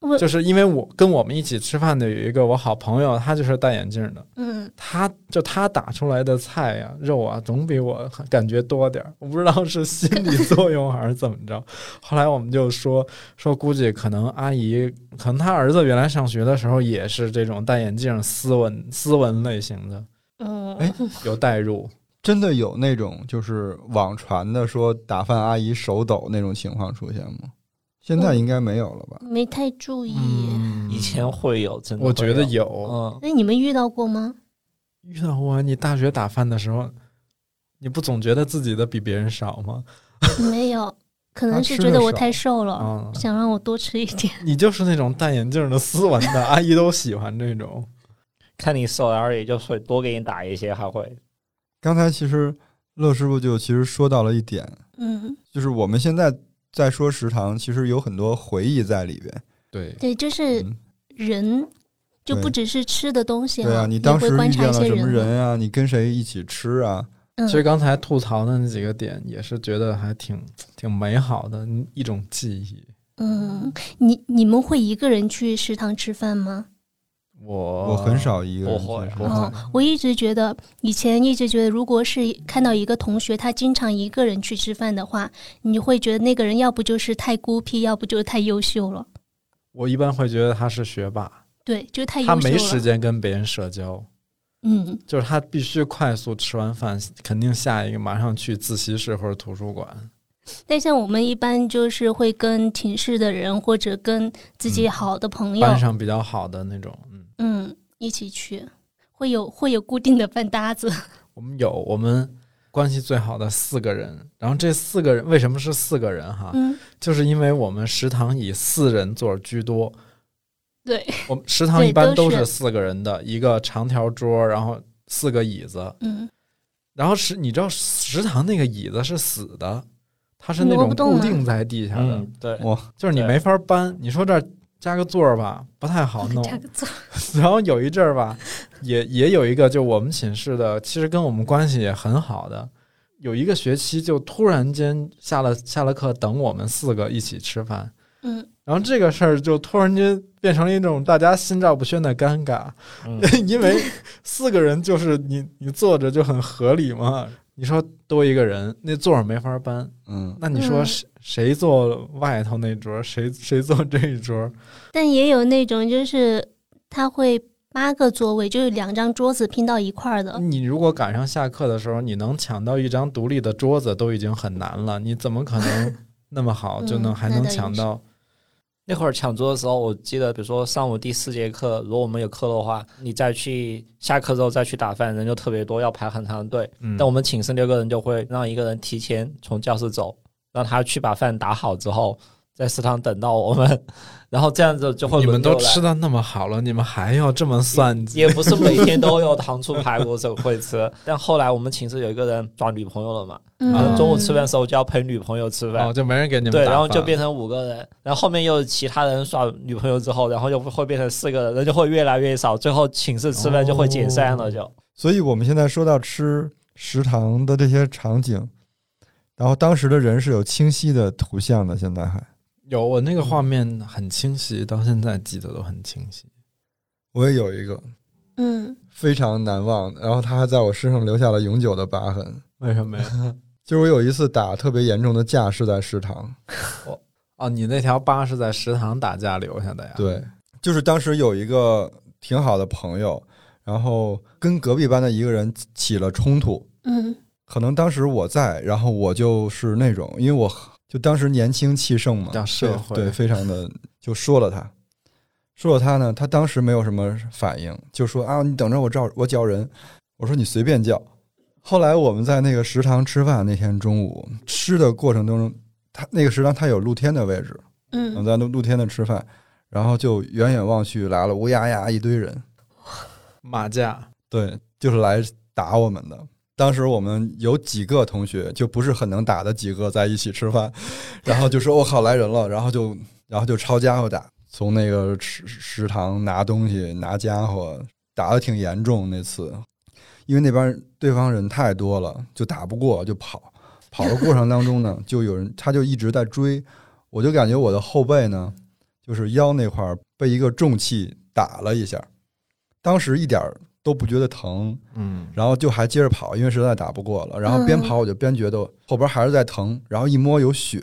Speaker 3: 我。
Speaker 4: 就是因为我跟我们一起吃饭的有一个我好朋友，他就是戴眼镜的，
Speaker 3: 嗯，
Speaker 4: 他就他打出来的菜呀、肉啊，总比我感觉多点儿。我不知道是心理作用还是怎么着。 后来我们就说说，估计可能阿姨， 可能她儿子原来上学的时候也是这种戴眼镜斯文斯文类型的，
Speaker 3: 嗯
Speaker 2: 哎，
Speaker 4: 有代入，
Speaker 2: 真的有那种就是网传的说打饭阿姨手抖那种情况出现吗？现在应该没有了吧？
Speaker 3: 没太注意。
Speaker 4: 嗯
Speaker 5: 以前会有，真的会有，
Speaker 4: 我觉得有、
Speaker 5: 嗯，
Speaker 3: 哎那你们遇到过吗？
Speaker 4: 遇到过啊你大学打饭的时候，你不总觉得自己的比别人少吗？
Speaker 3: 没有，可
Speaker 2: 啊
Speaker 3: 能是
Speaker 2: 吃
Speaker 3: 觉
Speaker 2: 得
Speaker 3: 得我
Speaker 2: 少嗯
Speaker 3: 太瘦了，
Speaker 4: 啊、
Speaker 3: 想让我多吃一点。
Speaker 4: 你就是那种戴眼镜的斯文的阿姨都喜欢这种。
Speaker 5: 看你瘦，然后也就会多给你打一些，还会
Speaker 2: 刚才其实乐师傅就其实说到了一点，
Speaker 3: 嗯，
Speaker 2: 就是我们现在在说食堂，其实有很多回忆在里边。
Speaker 4: 对，
Speaker 3: 对，就是
Speaker 2: 嗯
Speaker 3: 人就不
Speaker 2: 对
Speaker 3: 只是吃的东西
Speaker 2: 对啊，
Speaker 3: 了
Speaker 2: 你
Speaker 3: 也
Speaker 2: 当时
Speaker 3: 会观
Speaker 2: 遇
Speaker 3: 察
Speaker 2: 见
Speaker 3: 一
Speaker 2: 了什
Speaker 3: 些
Speaker 2: 么
Speaker 3: 人
Speaker 2: 人啊？你跟谁一起吃啊？
Speaker 3: 嗯
Speaker 4: 其实刚才吐槽的那几个点，也是觉得还挺挺美好的一种记忆。
Speaker 3: 嗯，你你们会一个人去食堂吃饭吗？
Speaker 4: 我
Speaker 2: 我很，少一个人去
Speaker 5: 我会
Speaker 2: 吃啊
Speaker 5: 我
Speaker 2: 饭
Speaker 3: 哦，我一直觉得，以前一直觉得，如果是看到一个同学他经常一个人去吃饭的话，你会觉得那个人要不就是太孤僻，要不就是太优秀了。
Speaker 4: 我一般会觉得他是学霸，
Speaker 3: 对，就是太哎优秀
Speaker 4: 他
Speaker 3: 了。
Speaker 4: 没时间跟别人社交，
Speaker 3: 嗯，
Speaker 4: 就是他必须快速吃完饭，肯定下一个马上去自习室或者图书馆。
Speaker 3: 但像我们一般就是会跟寝室的人或者跟自己
Speaker 4: 嗯
Speaker 3: 好的朋友，
Speaker 4: 班上比较好的那种，嗯，
Speaker 3: 嗯，一起去，会有会有固定的饭搭子。
Speaker 4: 我们有我们关系最好的四个人，然后这四个人为什么是四个人哈？
Speaker 3: 嗯，
Speaker 4: 就是因为我们食堂以四人座居多，
Speaker 3: 对，
Speaker 4: 我们食堂一般
Speaker 3: 对都
Speaker 4: 都
Speaker 3: 是
Speaker 4: 是四个人的一个长条桌，然后四个椅子，
Speaker 3: 嗯，
Speaker 4: 然后食你知道食堂那个椅子是死的，它是
Speaker 3: 挪
Speaker 4: 那种
Speaker 3: 不动
Speaker 4: 固
Speaker 3: 吗
Speaker 4: 定在地下的，
Speaker 5: 嗯，对，
Speaker 2: 哇，
Speaker 4: 就是你
Speaker 5: 对
Speaker 4: 没法搬。你说这儿加个座儿吧，不太好弄。
Speaker 3: 加个座。
Speaker 4: 然后有一阵儿吧，也也有一个，就我们寝室的，其实跟我们关系也很好的，有一个学期就突然间下了下了课等我们四个一起吃饭，
Speaker 3: 嗯，
Speaker 4: 然后这个事儿就突然间变成了一种大家心照不宣的尴尬，
Speaker 5: 嗯
Speaker 4: 因为四个人就是你你坐着就很合理嘛，你说多一个人那座儿没法搬，
Speaker 2: 嗯，
Speaker 4: 那你说
Speaker 3: 嗯
Speaker 4: 谁谁坐外头那桌，谁谁坐这一桌？
Speaker 3: 但也有那种就是他会八个座位，就是两张桌子拼到一块儿的。
Speaker 4: 你如果赶上下课的时候，你能抢到一张独立的桌子都已经很难了，你怎么可 能那么好就能
Speaker 3: 嗯
Speaker 4: 还
Speaker 3: 那
Speaker 4: 能
Speaker 3: 倒也
Speaker 4: 抢
Speaker 3: 是
Speaker 4: 到？
Speaker 5: 那会儿抢桌的时候，我记得，比如说上午第四节课，如果我们有课的话，你再去下课之后再去打饭，人就特别多，要排很长的队。
Speaker 4: 嗯，
Speaker 5: 但我们寝室六个人就会让一个人提前从教室走，让他去把饭打好之后，在食堂等到我们，然后这样子就会
Speaker 4: 你们
Speaker 5: 轮流
Speaker 4: 都
Speaker 5: 来
Speaker 4: 吃的那么好了，你们还要这么算计？
Speaker 5: 也不是每天都有糖醋排骨这个会吃。但后来我们寝室有一个人找女朋友了嘛，然
Speaker 3: 嗯，
Speaker 5: 后中午吃饭的时候就要陪女朋友吃饭
Speaker 4: 哦，，就没人给你们
Speaker 5: 对，
Speaker 4: 打
Speaker 5: 然后
Speaker 4: 饭
Speaker 5: 就变成五个人，然后后面又有其他人耍女朋友之后，然后又会变成四个人，人就会越来越少，最后寝室吃饭就会解散了就，
Speaker 2: 所以我们现在说到吃食堂的这些场景，然后当时的人是有清晰的图像的，现在还。
Speaker 4: 有我那个画面很清晰，到现在记得都很清晰。
Speaker 2: 我也有一个
Speaker 3: 嗯，
Speaker 2: 非常难忘，然后它还在我身上留下了永久的疤痕。
Speaker 4: 为什么呀？
Speaker 2: 就是我有一次打特别严重的架是在食堂，
Speaker 4: 哦，你那条疤是在食堂打架留下的呀？
Speaker 2: 对，就是当时有一个挺好的朋友，然后跟隔壁班的一个人起了冲突，
Speaker 3: 嗯，
Speaker 2: 可能当时我在，然后我就是那种，因为我就当时年轻气盛嘛，
Speaker 4: 比较社会
Speaker 2: 对，对非常的就说了他，说了他呢，他当时没有什么反应，就说啊，你等着我照我叫人，我说你随便叫。后来我们在那个食堂吃饭，那天中午吃的过程当中，他那个食堂它有露天的位置，我们
Speaker 3: 嗯，
Speaker 2: 在露露天的吃饭，然后就远远望去来了乌压压一堆人，
Speaker 4: 马架，
Speaker 2: 对，就是来打我们的。当时我们有几个同学，就不是很能打的几个，在一起吃饭，然后就说“我靠，来人了”，然后就然后就抄家伙打，从那个食食堂拿东西、拿家伙，打得挺严重。那次，因为那边对方人太多了，就打不过，就跑。跑的过程当中呢，就有人他就一直在追，我就感觉我的后背呢，就是腰那块儿被一个重器打了一下，当时一点儿都不觉得疼，
Speaker 4: 嗯，
Speaker 2: 然后就还接着跑，因为实在打不过了。然后边跑我就边觉得后边还是在疼，然后一摸有血，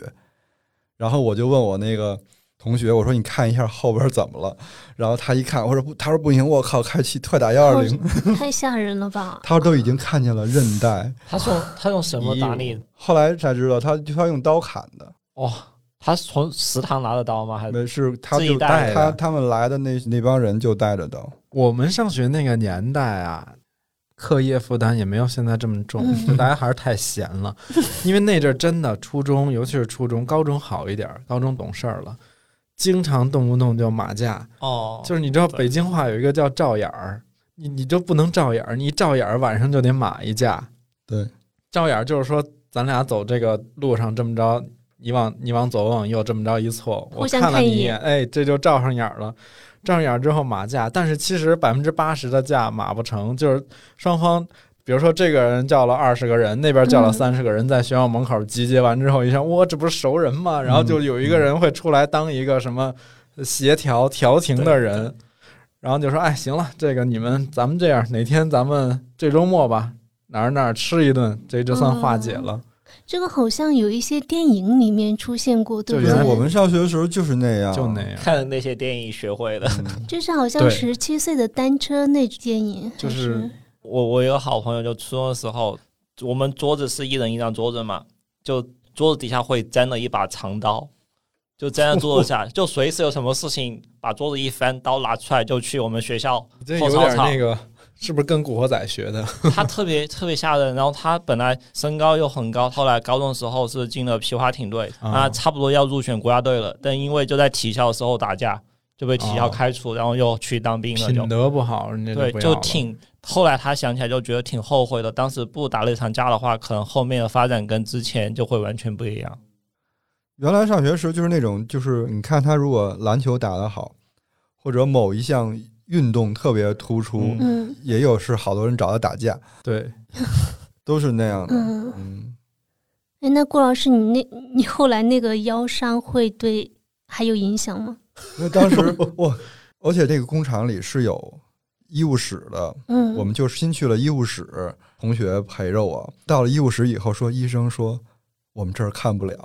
Speaker 2: 然后我就问我那个同学，我说你看一下后边怎么了，然后他一看，我说不，他说不行，我靠，开启特打幺二零，
Speaker 3: 太吓人了 吧？
Speaker 2: 他都已经看见了韧带，
Speaker 5: 他是用他用什么打你？
Speaker 2: 后来才知道他他用刀砍的，
Speaker 5: 哦，他是从食堂拿的刀吗？还是
Speaker 2: 没是他
Speaker 5: 自己
Speaker 2: 就
Speaker 5: 带
Speaker 4: 的
Speaker 2: 他他们来的那那帮人就带着刀，
Speaker 4: 我们上学那个年代啊，课业负担也没有现在这么重，
Speaker 3: 嗯
Speaker 4: 就大家还是太闲了。因为那阵儿真的初中，尤其是初中、高中好一点儿，高中懂事儿了，经常动不动就骂架。
Speaker 5: 哦，
Speaker 4: 就是你知道
Speaker 5: 对
Speaker 4: 北京话有一个叫“照眼儿”，你你就不能照眼儿，你一照眼儿晚上就得骂一架。
Speaker 2: 对，
Speaker 4: 照眼儿就是说咱俩走这个路上这么着，你往你往左，往右这么着一错，
Speaker 3: 互
Speaker 4: 我
Speaker 3: 相
Speaker 4: 看了
Speaker 3: 看
Speaker 4: 你
Speaker 3: 一
Speaker 4: 一
Speaker 3: 眼
Speaker 4: 眼，哎，这就照上眼儿了。照上眼儿之后马架，但是其实百分之八十的架马不成，就是双方。比如说，这个人叫了二十个人，那边叫了
Speaker 3: 嗯
Speaker 4: 三十个人，在学校门口集结完之后，一想，我这不是熟人吗？然后
Speaker 5: 嗯
Speaker 4: 就有一个人会出来当一个什么协调调停的人，然后就说：“哎，行了，这个你们咱们这样，哪天咱们这周末吧，哪儿哪儿吃一顿，这就算化解了。
Speaker 3: 这个好像有一些电影里面出现过，对
Speaker 4: 就
Speaker 3: 不
Speaker 4: 原
Speaker 3: 对？
Speaker 4: 来
Speaker 2: 我们上学的时候就是那
Speaker 5: 哦
Speaker 2: 样，
Speaker 4: 就那样。
Speaker 5: 看了那些电影学会的。
Speaker 2: 嗯
Speaker 3: 就是好像
Speaker 4: 对
Speaker 3: 十七岁的单车那电影，
Speaker 4: 就
Speaker 3: 还
Speaker 4: 是
Speaker 3: 是
Speaker 5: 我我有个好朋友，就初中的时候，我们桌子是一人一张桌子嘛，就桌子底下会粘了一把长刀，就粘在桌子 下，就随时有什么事情把桌子一翻，刀拿出来就去我们学 校
Speaker 4: 这
Speaker 5: 后
Speaker 4: 有
Speaker 5: 操
Speaker 4: 点
Speaker 5: 场
Speaker 4: 那。个，是不是跟《古惑仔》学的？
Speaker 5: 他特别特别吓人，然后他本来身高又很高，后来高中的时候是进了皮划艇队，
Speaker 4: 啊
Speaker 5: 啊，差不多要入选国家队了，但因为就在体校的时候打架，就被体校
Speaker 4: 哦
Speaker 5: 开除，然后又去当兵了，就
Speaker 4: 品德不好，人家
Speaker 5: 对，
Speaker 4: 不要
Speaker 5: 就
Speaker 4: 了
Speaker 5: 挺。后来他想起来就觉得挺后悔的，当时不打那场架的话，可能后面的发展跟之前就会完全不一样。
Speaker 2: 原来上学时候就是那种，就是你看他如果篮球打得好，或者某一项运动特别突出，
Speaker 5: 嗯
Speaker 3: 嗯
Speaker 2: 也有是好多人找他打架，
Speaker 4: 对。
Speaker 2: 都是那样的。
Speaker 3: 嗯。
Speaker 2: 嗯，
Speaker 3: 哎，那顾老师，你那你后来那个腰伤会对还有影响吗？
Speaker 2: 因为当时我，而且这个工厂里是有医务室的，
Speaker 3: 嗯，
Speaker 2: 我们就新去了医务室，同学陪着我到了医务室以后说，医生说我们这儿看不了，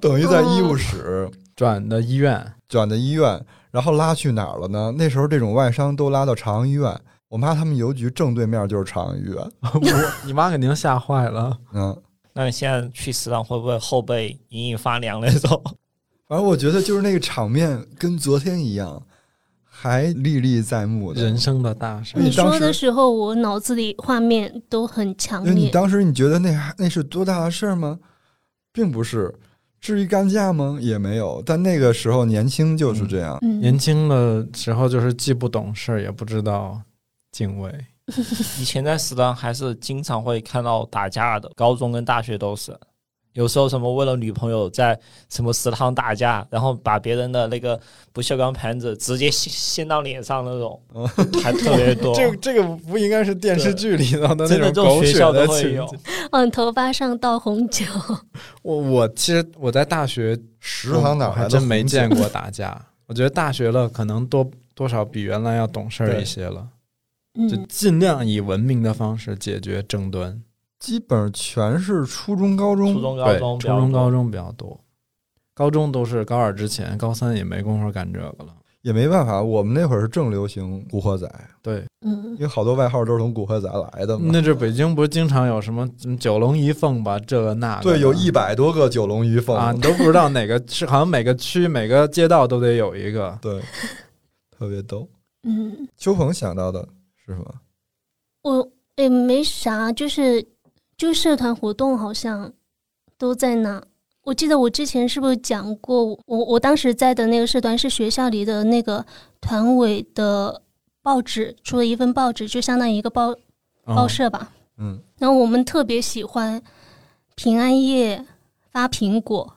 Speaker 2: 等于在
Speaker 3: 哦
Speaker 2: 医务室
Speaker 4: 转的医院，
Speaker 2: 转的医院，然后拉去哪儿了呢？那时候这种外伤都拉到朝阳医院，我妈他们邮局正对面就是朝阳医院。
Speaker 4: 我你妈肯定吓坏了。
Speaker 2: 嗯，
Speaker 5: 那你现在去食堂会不会后背隐隐发凉那种？
Speaker 2: 反正我觉得就是那个场面跟昨天一样，还历历在目的。
Speaker 4: 人生的大事，
Speaker 2: 你
Speaker 3: 你
Speaker 2: 当
Speaker 3: 说的
Speaker 2: 时
Speaker 3: 时候，我脑子里画面都很强
Speaker 2: 因为你
Speaker 3: 烈。
Speaker 2: 当时你觉得那还那是多大的事儿吗？并不是。至于干架吗？也没有。但那个时候年轻就是这样。
Speaker 3: 嗯，
Speaker 4: 年轻的时候就是既不懂事，也不知道敬畏。
Speaker 5: 以前在食堂还是经常会看到打架的，高中跟大学都是。有时候什么为了女朋友在什么食堂打架，然后把别人的那个不锈钢盘子直接掀掀到脸上那种，
Speaker 4: 哦
Speaker 5: 还特别 多。
Speaker 4: 这这个不应该是电视剧里头的
Speaker 5: 真的这
Speaker 4: 那种
Speaker 5: 种
Speaker 4: 狗
Speaker 5: 学
Speaker 4: 血
Speaker 5: 校
Speaker 4: 的
Speaker 5: 都会
Speaker 4: 情
Speaker 5: 有
Speaker 4: 节。
Speaker 3: 往嗯头发上倒红酒，
Speaker 4: 我我其实我在大学
Speaker 2: 食堂哪
Speaker 4: 我
Speaker 2: 来
Speaker 4: 还
Speaker 2: 的
Speaker 4: 真没
Speaker 2: 红
Speaker 4: 见
Speaker 2: 酒
Speaker 4: 过打架。我觉得大学了，可能多多少比原来要懂事儿一些了，就
Speaker 3: 嗯，
Speaker 4: 尽量以文明的方式解决争端。
Speaker 2: 基本上全是初中、高中。
Speaker 5: 初中、高
Speaker 4: 对，
Speaker 5: 中、
Speaker 4: 初中、高中比较多，高中都是高二之前，高三也没工夫干这个了。
Speaker 2: 也没办法，我们那会儿是正流行《古惑仔》，
Speaker 4: 对，
Speaker 3: 嗯
Speaker 2: 因，为好多外号都是从《古惑仔》来的嘛。
Speaker 4: 那这北京不是经常有什么嗯九龙一凤吧，这个那个的
Speaker 2: 对，有一百多个九龙鱼凤
Speaker 4: 啊，你都不知道哪个是，好像每个区每个街道都得有一个。
Speaker 2: 对，特别逗。
Speaker 3: 嗯，
Speaker 2: 邱鹏想到的是什么？
Speaker 3: 我也没啥，就是就社团活动好像都在那。我记得我之前是不是讲过，我我当时在的那个社团是学校里的那个团委的报纸出了一份报纸，就相当于一个报
Speaker 4: 嗯
Speaker 3: 报社吧。
Speaker 2: 嗯，
Speaker 3: 然后我们特别喜欢平安夜发苹果，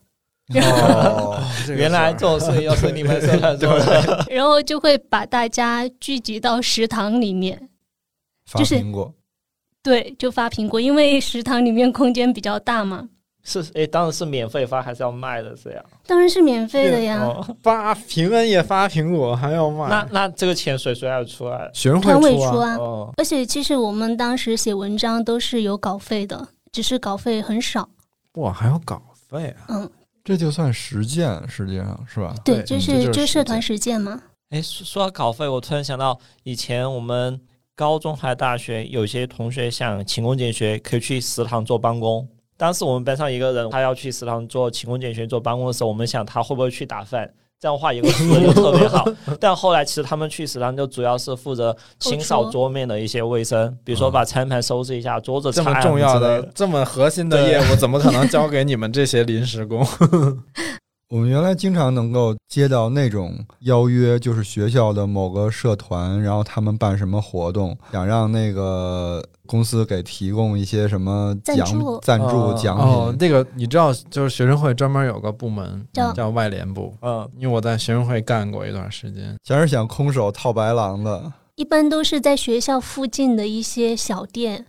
Speaker 2: 哦，
Speaker 4: 这个
Speaker 5: 原来
Speaker 4: 事儿
Speaker 5: 这种事情又是你们社团做的，
Speaker 3: 然后就会把大家聚集到食堂里面，
Speaker 2: 发
Speaker 3: 就是
Speaker 2: 苹果，
Speaker 3: 对，就发苹果，因为食堂里面空间比较大嘛，
Speaker 5: 是哎，当然是免费发还是要卖的这样？
Speaker 3: 当然是免费的呀。
Speaker 5: 哦，
Speaker 4: 发平安夜发苹果还要卖，
Speaker 5: 那那这个钱谁谁要出来？
Speaker 4: 学生
Speaker 3: 摊位
Speaker 4: 会
Speaker 3: 出
Speaker 4: 啊，
Speaker 3: 啊，
Speaker 5: 哦，
Speaker 3: 而且其实我们当时写文章都是有稿费的，只是稿费很少。
Speaker 4: 哇，还要稿费啊！
Speaker 3: 嗯，
Speaker 2: 这就算实践，实际上是吧？
Speaker 3: 对，
Speaker 4: 对
Speaker 3: 就
Speaker 4: 嗯
Speaker 3: 是、
Speaker 4: 这就是
Speaker 3: 就
Speaker 4: 实
Speaker 3: 社团
Speaker 4: 践
Speaker 3: 实践嘛。
Speaker 5: 哎，说说到稿费，我突然想到以前我们高中还大学，有些同学想勤工俭学，可以去食堂做帮工。当时我们班上一个人，他要去食堂做勤工俭学、做帮工的时候，我们想他会不会去打饭？ 这样的话，有个思路特别 好。但后来其实他们去食堂就主要是负责清扫
Speaker 3: 后厨
Speaker 5: 桌面的一些卫生，比如说把餐盘收拾一下，桌子
Speaker 4: 这
Speaker 5: 擦
Speaker 4: 么
Speaker 5: 呀
Speaker 4: 重
Speaker 5: 之
Speaker 4: 要
Speaker 5: 类
Speaker 4: 啊的、这么核心的
Speaker 5: 对
Speaker 4: 业务，怎么可能交给你们这些临时工？
Speaker 2: 我们原来经常能够接到那种邀约，就是学校的某个社团，然后他们办什么活动，想让那个公司给提供一些什么
Speaker 3: 赞
Speaker 2: 奖
Speaker 3: 助
Speaker 2: 赞助
Speaker 5: 哦
Speaker 2: 奖品。
Speaker 4: 哦，那个你知道，就是学生会专门有个部门
Speaker 3: 叫
Speaker 4: 叫外联部，
Speaker 5: 嗯，
Speaker 4: 因为我在学生会干过一段时间。
Speaker 2: 全是想空手套白狼的，
Speaker 3: 一般都是在学校附近的一些小店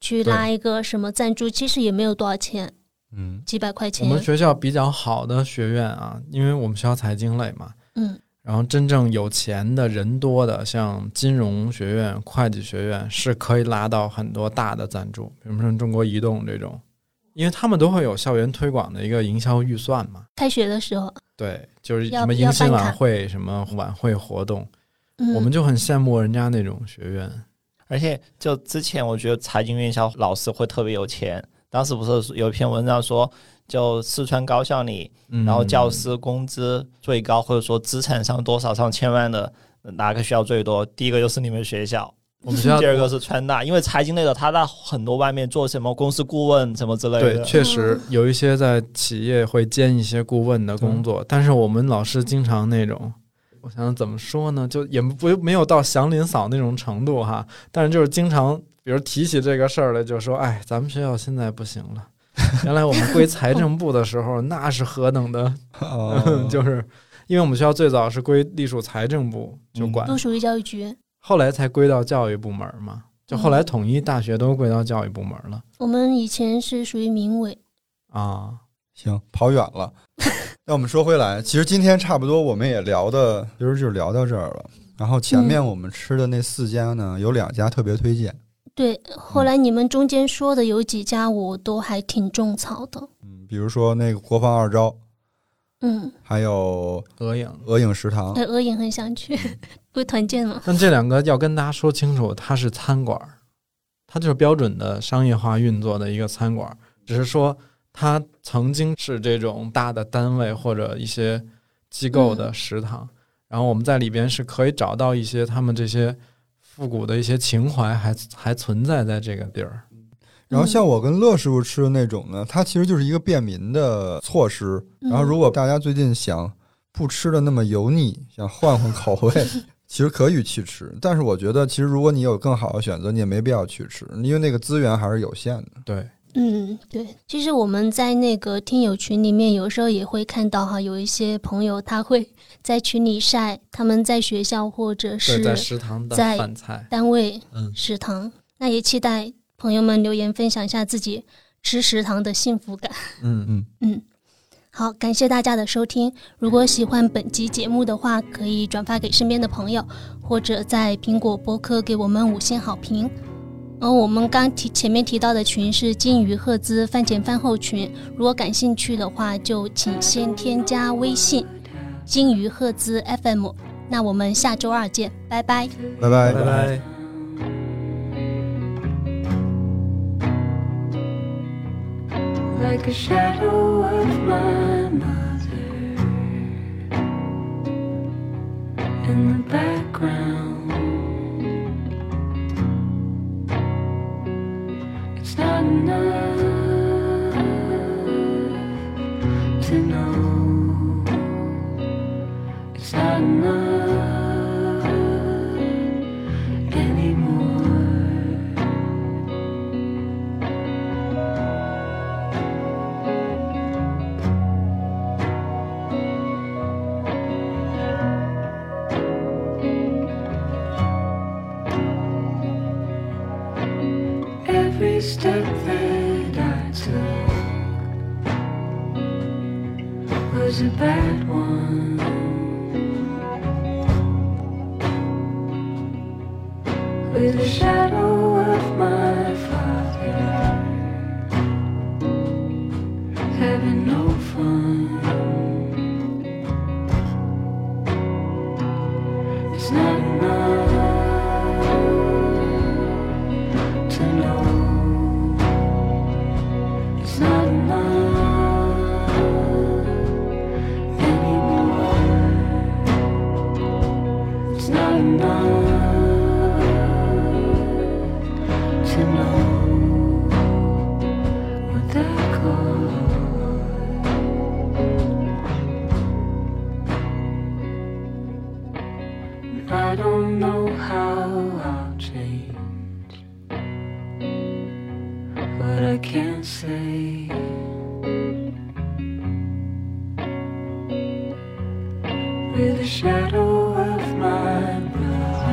Speaker 3: 去
Speaker 2: 对
Speaker 3: 拉一个什么赞助，其实也没有多少钱，
Speaker 2: 嗯，
Speaker 3: 几百块钱。
Speaker 4: 我们学校比较好的学院啊，因为我们学校财经类嘛，
Speaker 3: 嗯，
Speaker 4: 然后真正有钱的人多的，像金融学院、会计学院，是可以拉到很多大的赞助，比如说中国移动这种，因为他们都会有校园推广的一个营销预算嘛。
Speaker 3: 开学的时候，
Speaker 4: 对，就是
Speaker 3: 要
Speaker 4: 什么
Speaker 3: 要
Speaker 4: 迎新
Speaker 3: 办
Speaker 4: 晚
Speaker 3: 卡
Speaker 4: 会、什么晚会活动，
Speaker 3: 嗯，
Speaker 4: 我们就很羡慕人家那种学院。
Speaker 5: 而且就之前，我觉得财经院校老师会特别有钱。当时不是有一篇文章说，就四川高校里，
Speaker 4: 嗯
Speaker 5: 然后教师工资最高，或者说资产上多少上千万的哪个学校最多？第一个就是你们学校，
Speaker 4: 我们学校
Speaker 5: 第二个是川大，因为财经类的，他在很多外面做什么公司顾问什么之类
Speaker 4: 对，
Speaker 5: 的。
Speaker 4: 确实有一些在企业会兼一些顾问的工作，但是我们老师经常那种，我想怎么说呢，就也不没有到祥林嫂那种程度哈，但是就是经常，比如提起这个事儿来，就说，哎，咱们学校现在不行了。原来我们归财政部的时候，那是何等的，
Speaker 2: 哦
Speaker 4: 就是因为我们学校最早是归隶属财政部就
Speaker 5: 嗯
Speaker 4: 管，
Speaker 3: 都属于教育局。
Speaker 4: 后来才归到教育部门儿嘛，就后来统一大学都归到教育部门儿了
Speaker 3: 我们以前是属于民委，
Speaker 4: 啊。
Speaker 2: 行，跑远了。 那我们说回来，其实今天差不多我们也聊的，其实就聊到这儿了。然后前面我们吃的那四家呢，有两家特别推荐，
Speaker 3: 对。后来你们中间说的有几家，我都还挺种草的。
Speaker 2: 嗯，比如说那个国防二招，
Speaker 3: 嗯，
Speaker 2: 还有
Speaker 4: 合影，
Speaker 2: 鹅影食堂
Speaker 4: 哦
Speaker 3: 哎，。鹅影很想去，
Speaker 4: 嗯
Speaker 3: 不是团建嘛？
Speaker 4: 但这两个要跟大家说清楚，它是餐馆儿，它就是标准的商业化运作的一个餐馆儿，只是说它曾经是这种大的单位或者一些机构的食堂，然后我们在里边是可以找到一些他们这些复古的一些情怀还还存在在这个地儿。
Speaker 2: 然后像我跟乐师傅吃的那种呢，它其实就是一个便民的措施。
Speaker 3: 嗯
Speaker 2: 然后如果大家最近想不吃的那么油腻，想换换口味，其实可以去吃。但是我觉得，其实如果你有更好的选择，你也没必要去吃，因为那个资源还是有限的。
Speaker 4: 对，
Speaker 3: 嗯，对，其实我们在那个听友群里面，有时候也会看到哈，有一些朋友他会在群里晒他们在学校或者
Speaker 4: 对，在
Speaker 3: 是
Speaker 4: 食堂的
Speaker 3: 在
Speaker 4: 饭菜。
Speaker 3: 单位
Speaker 4: 嗯
Speaker 3: 食堂，那也期待朋友们留言分享一下自己吃食堂的幸福感。
Speaker 4: 嗯
Speaker 2: 嗯，
Speaker 3: 嗯，好，感谢大家的收听。如果喜欢本集节目的话，可以转发给身边的朋友，或者在苹果播客给我们五星好评。而我们刚提前面提到的群是金鱼赫兹饭前饭后群，如果感兴趣的话，就请先添加微信金鱼赫兹 FM。那我们下周二见，拜拜。
Speaker 2: 拜拜。
Speaker 4: 拜拜。
Speaker 1: like a shadow of my mother in the background. It's not enough to know. It's not enough anymore. Every step that I took was a bad one. With the shadow of my father, having no fun.
Speaker 6: be the shadow of my blood.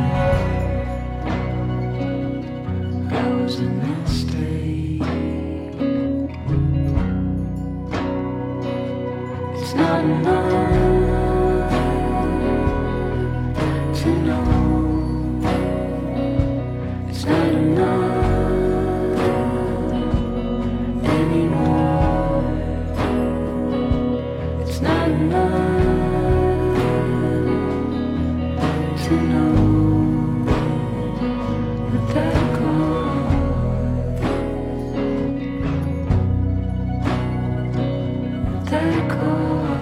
Speaker 6: I was a mistake. It's not enough to know. It's not enough anymore. It's not enough to know that I call. That I call.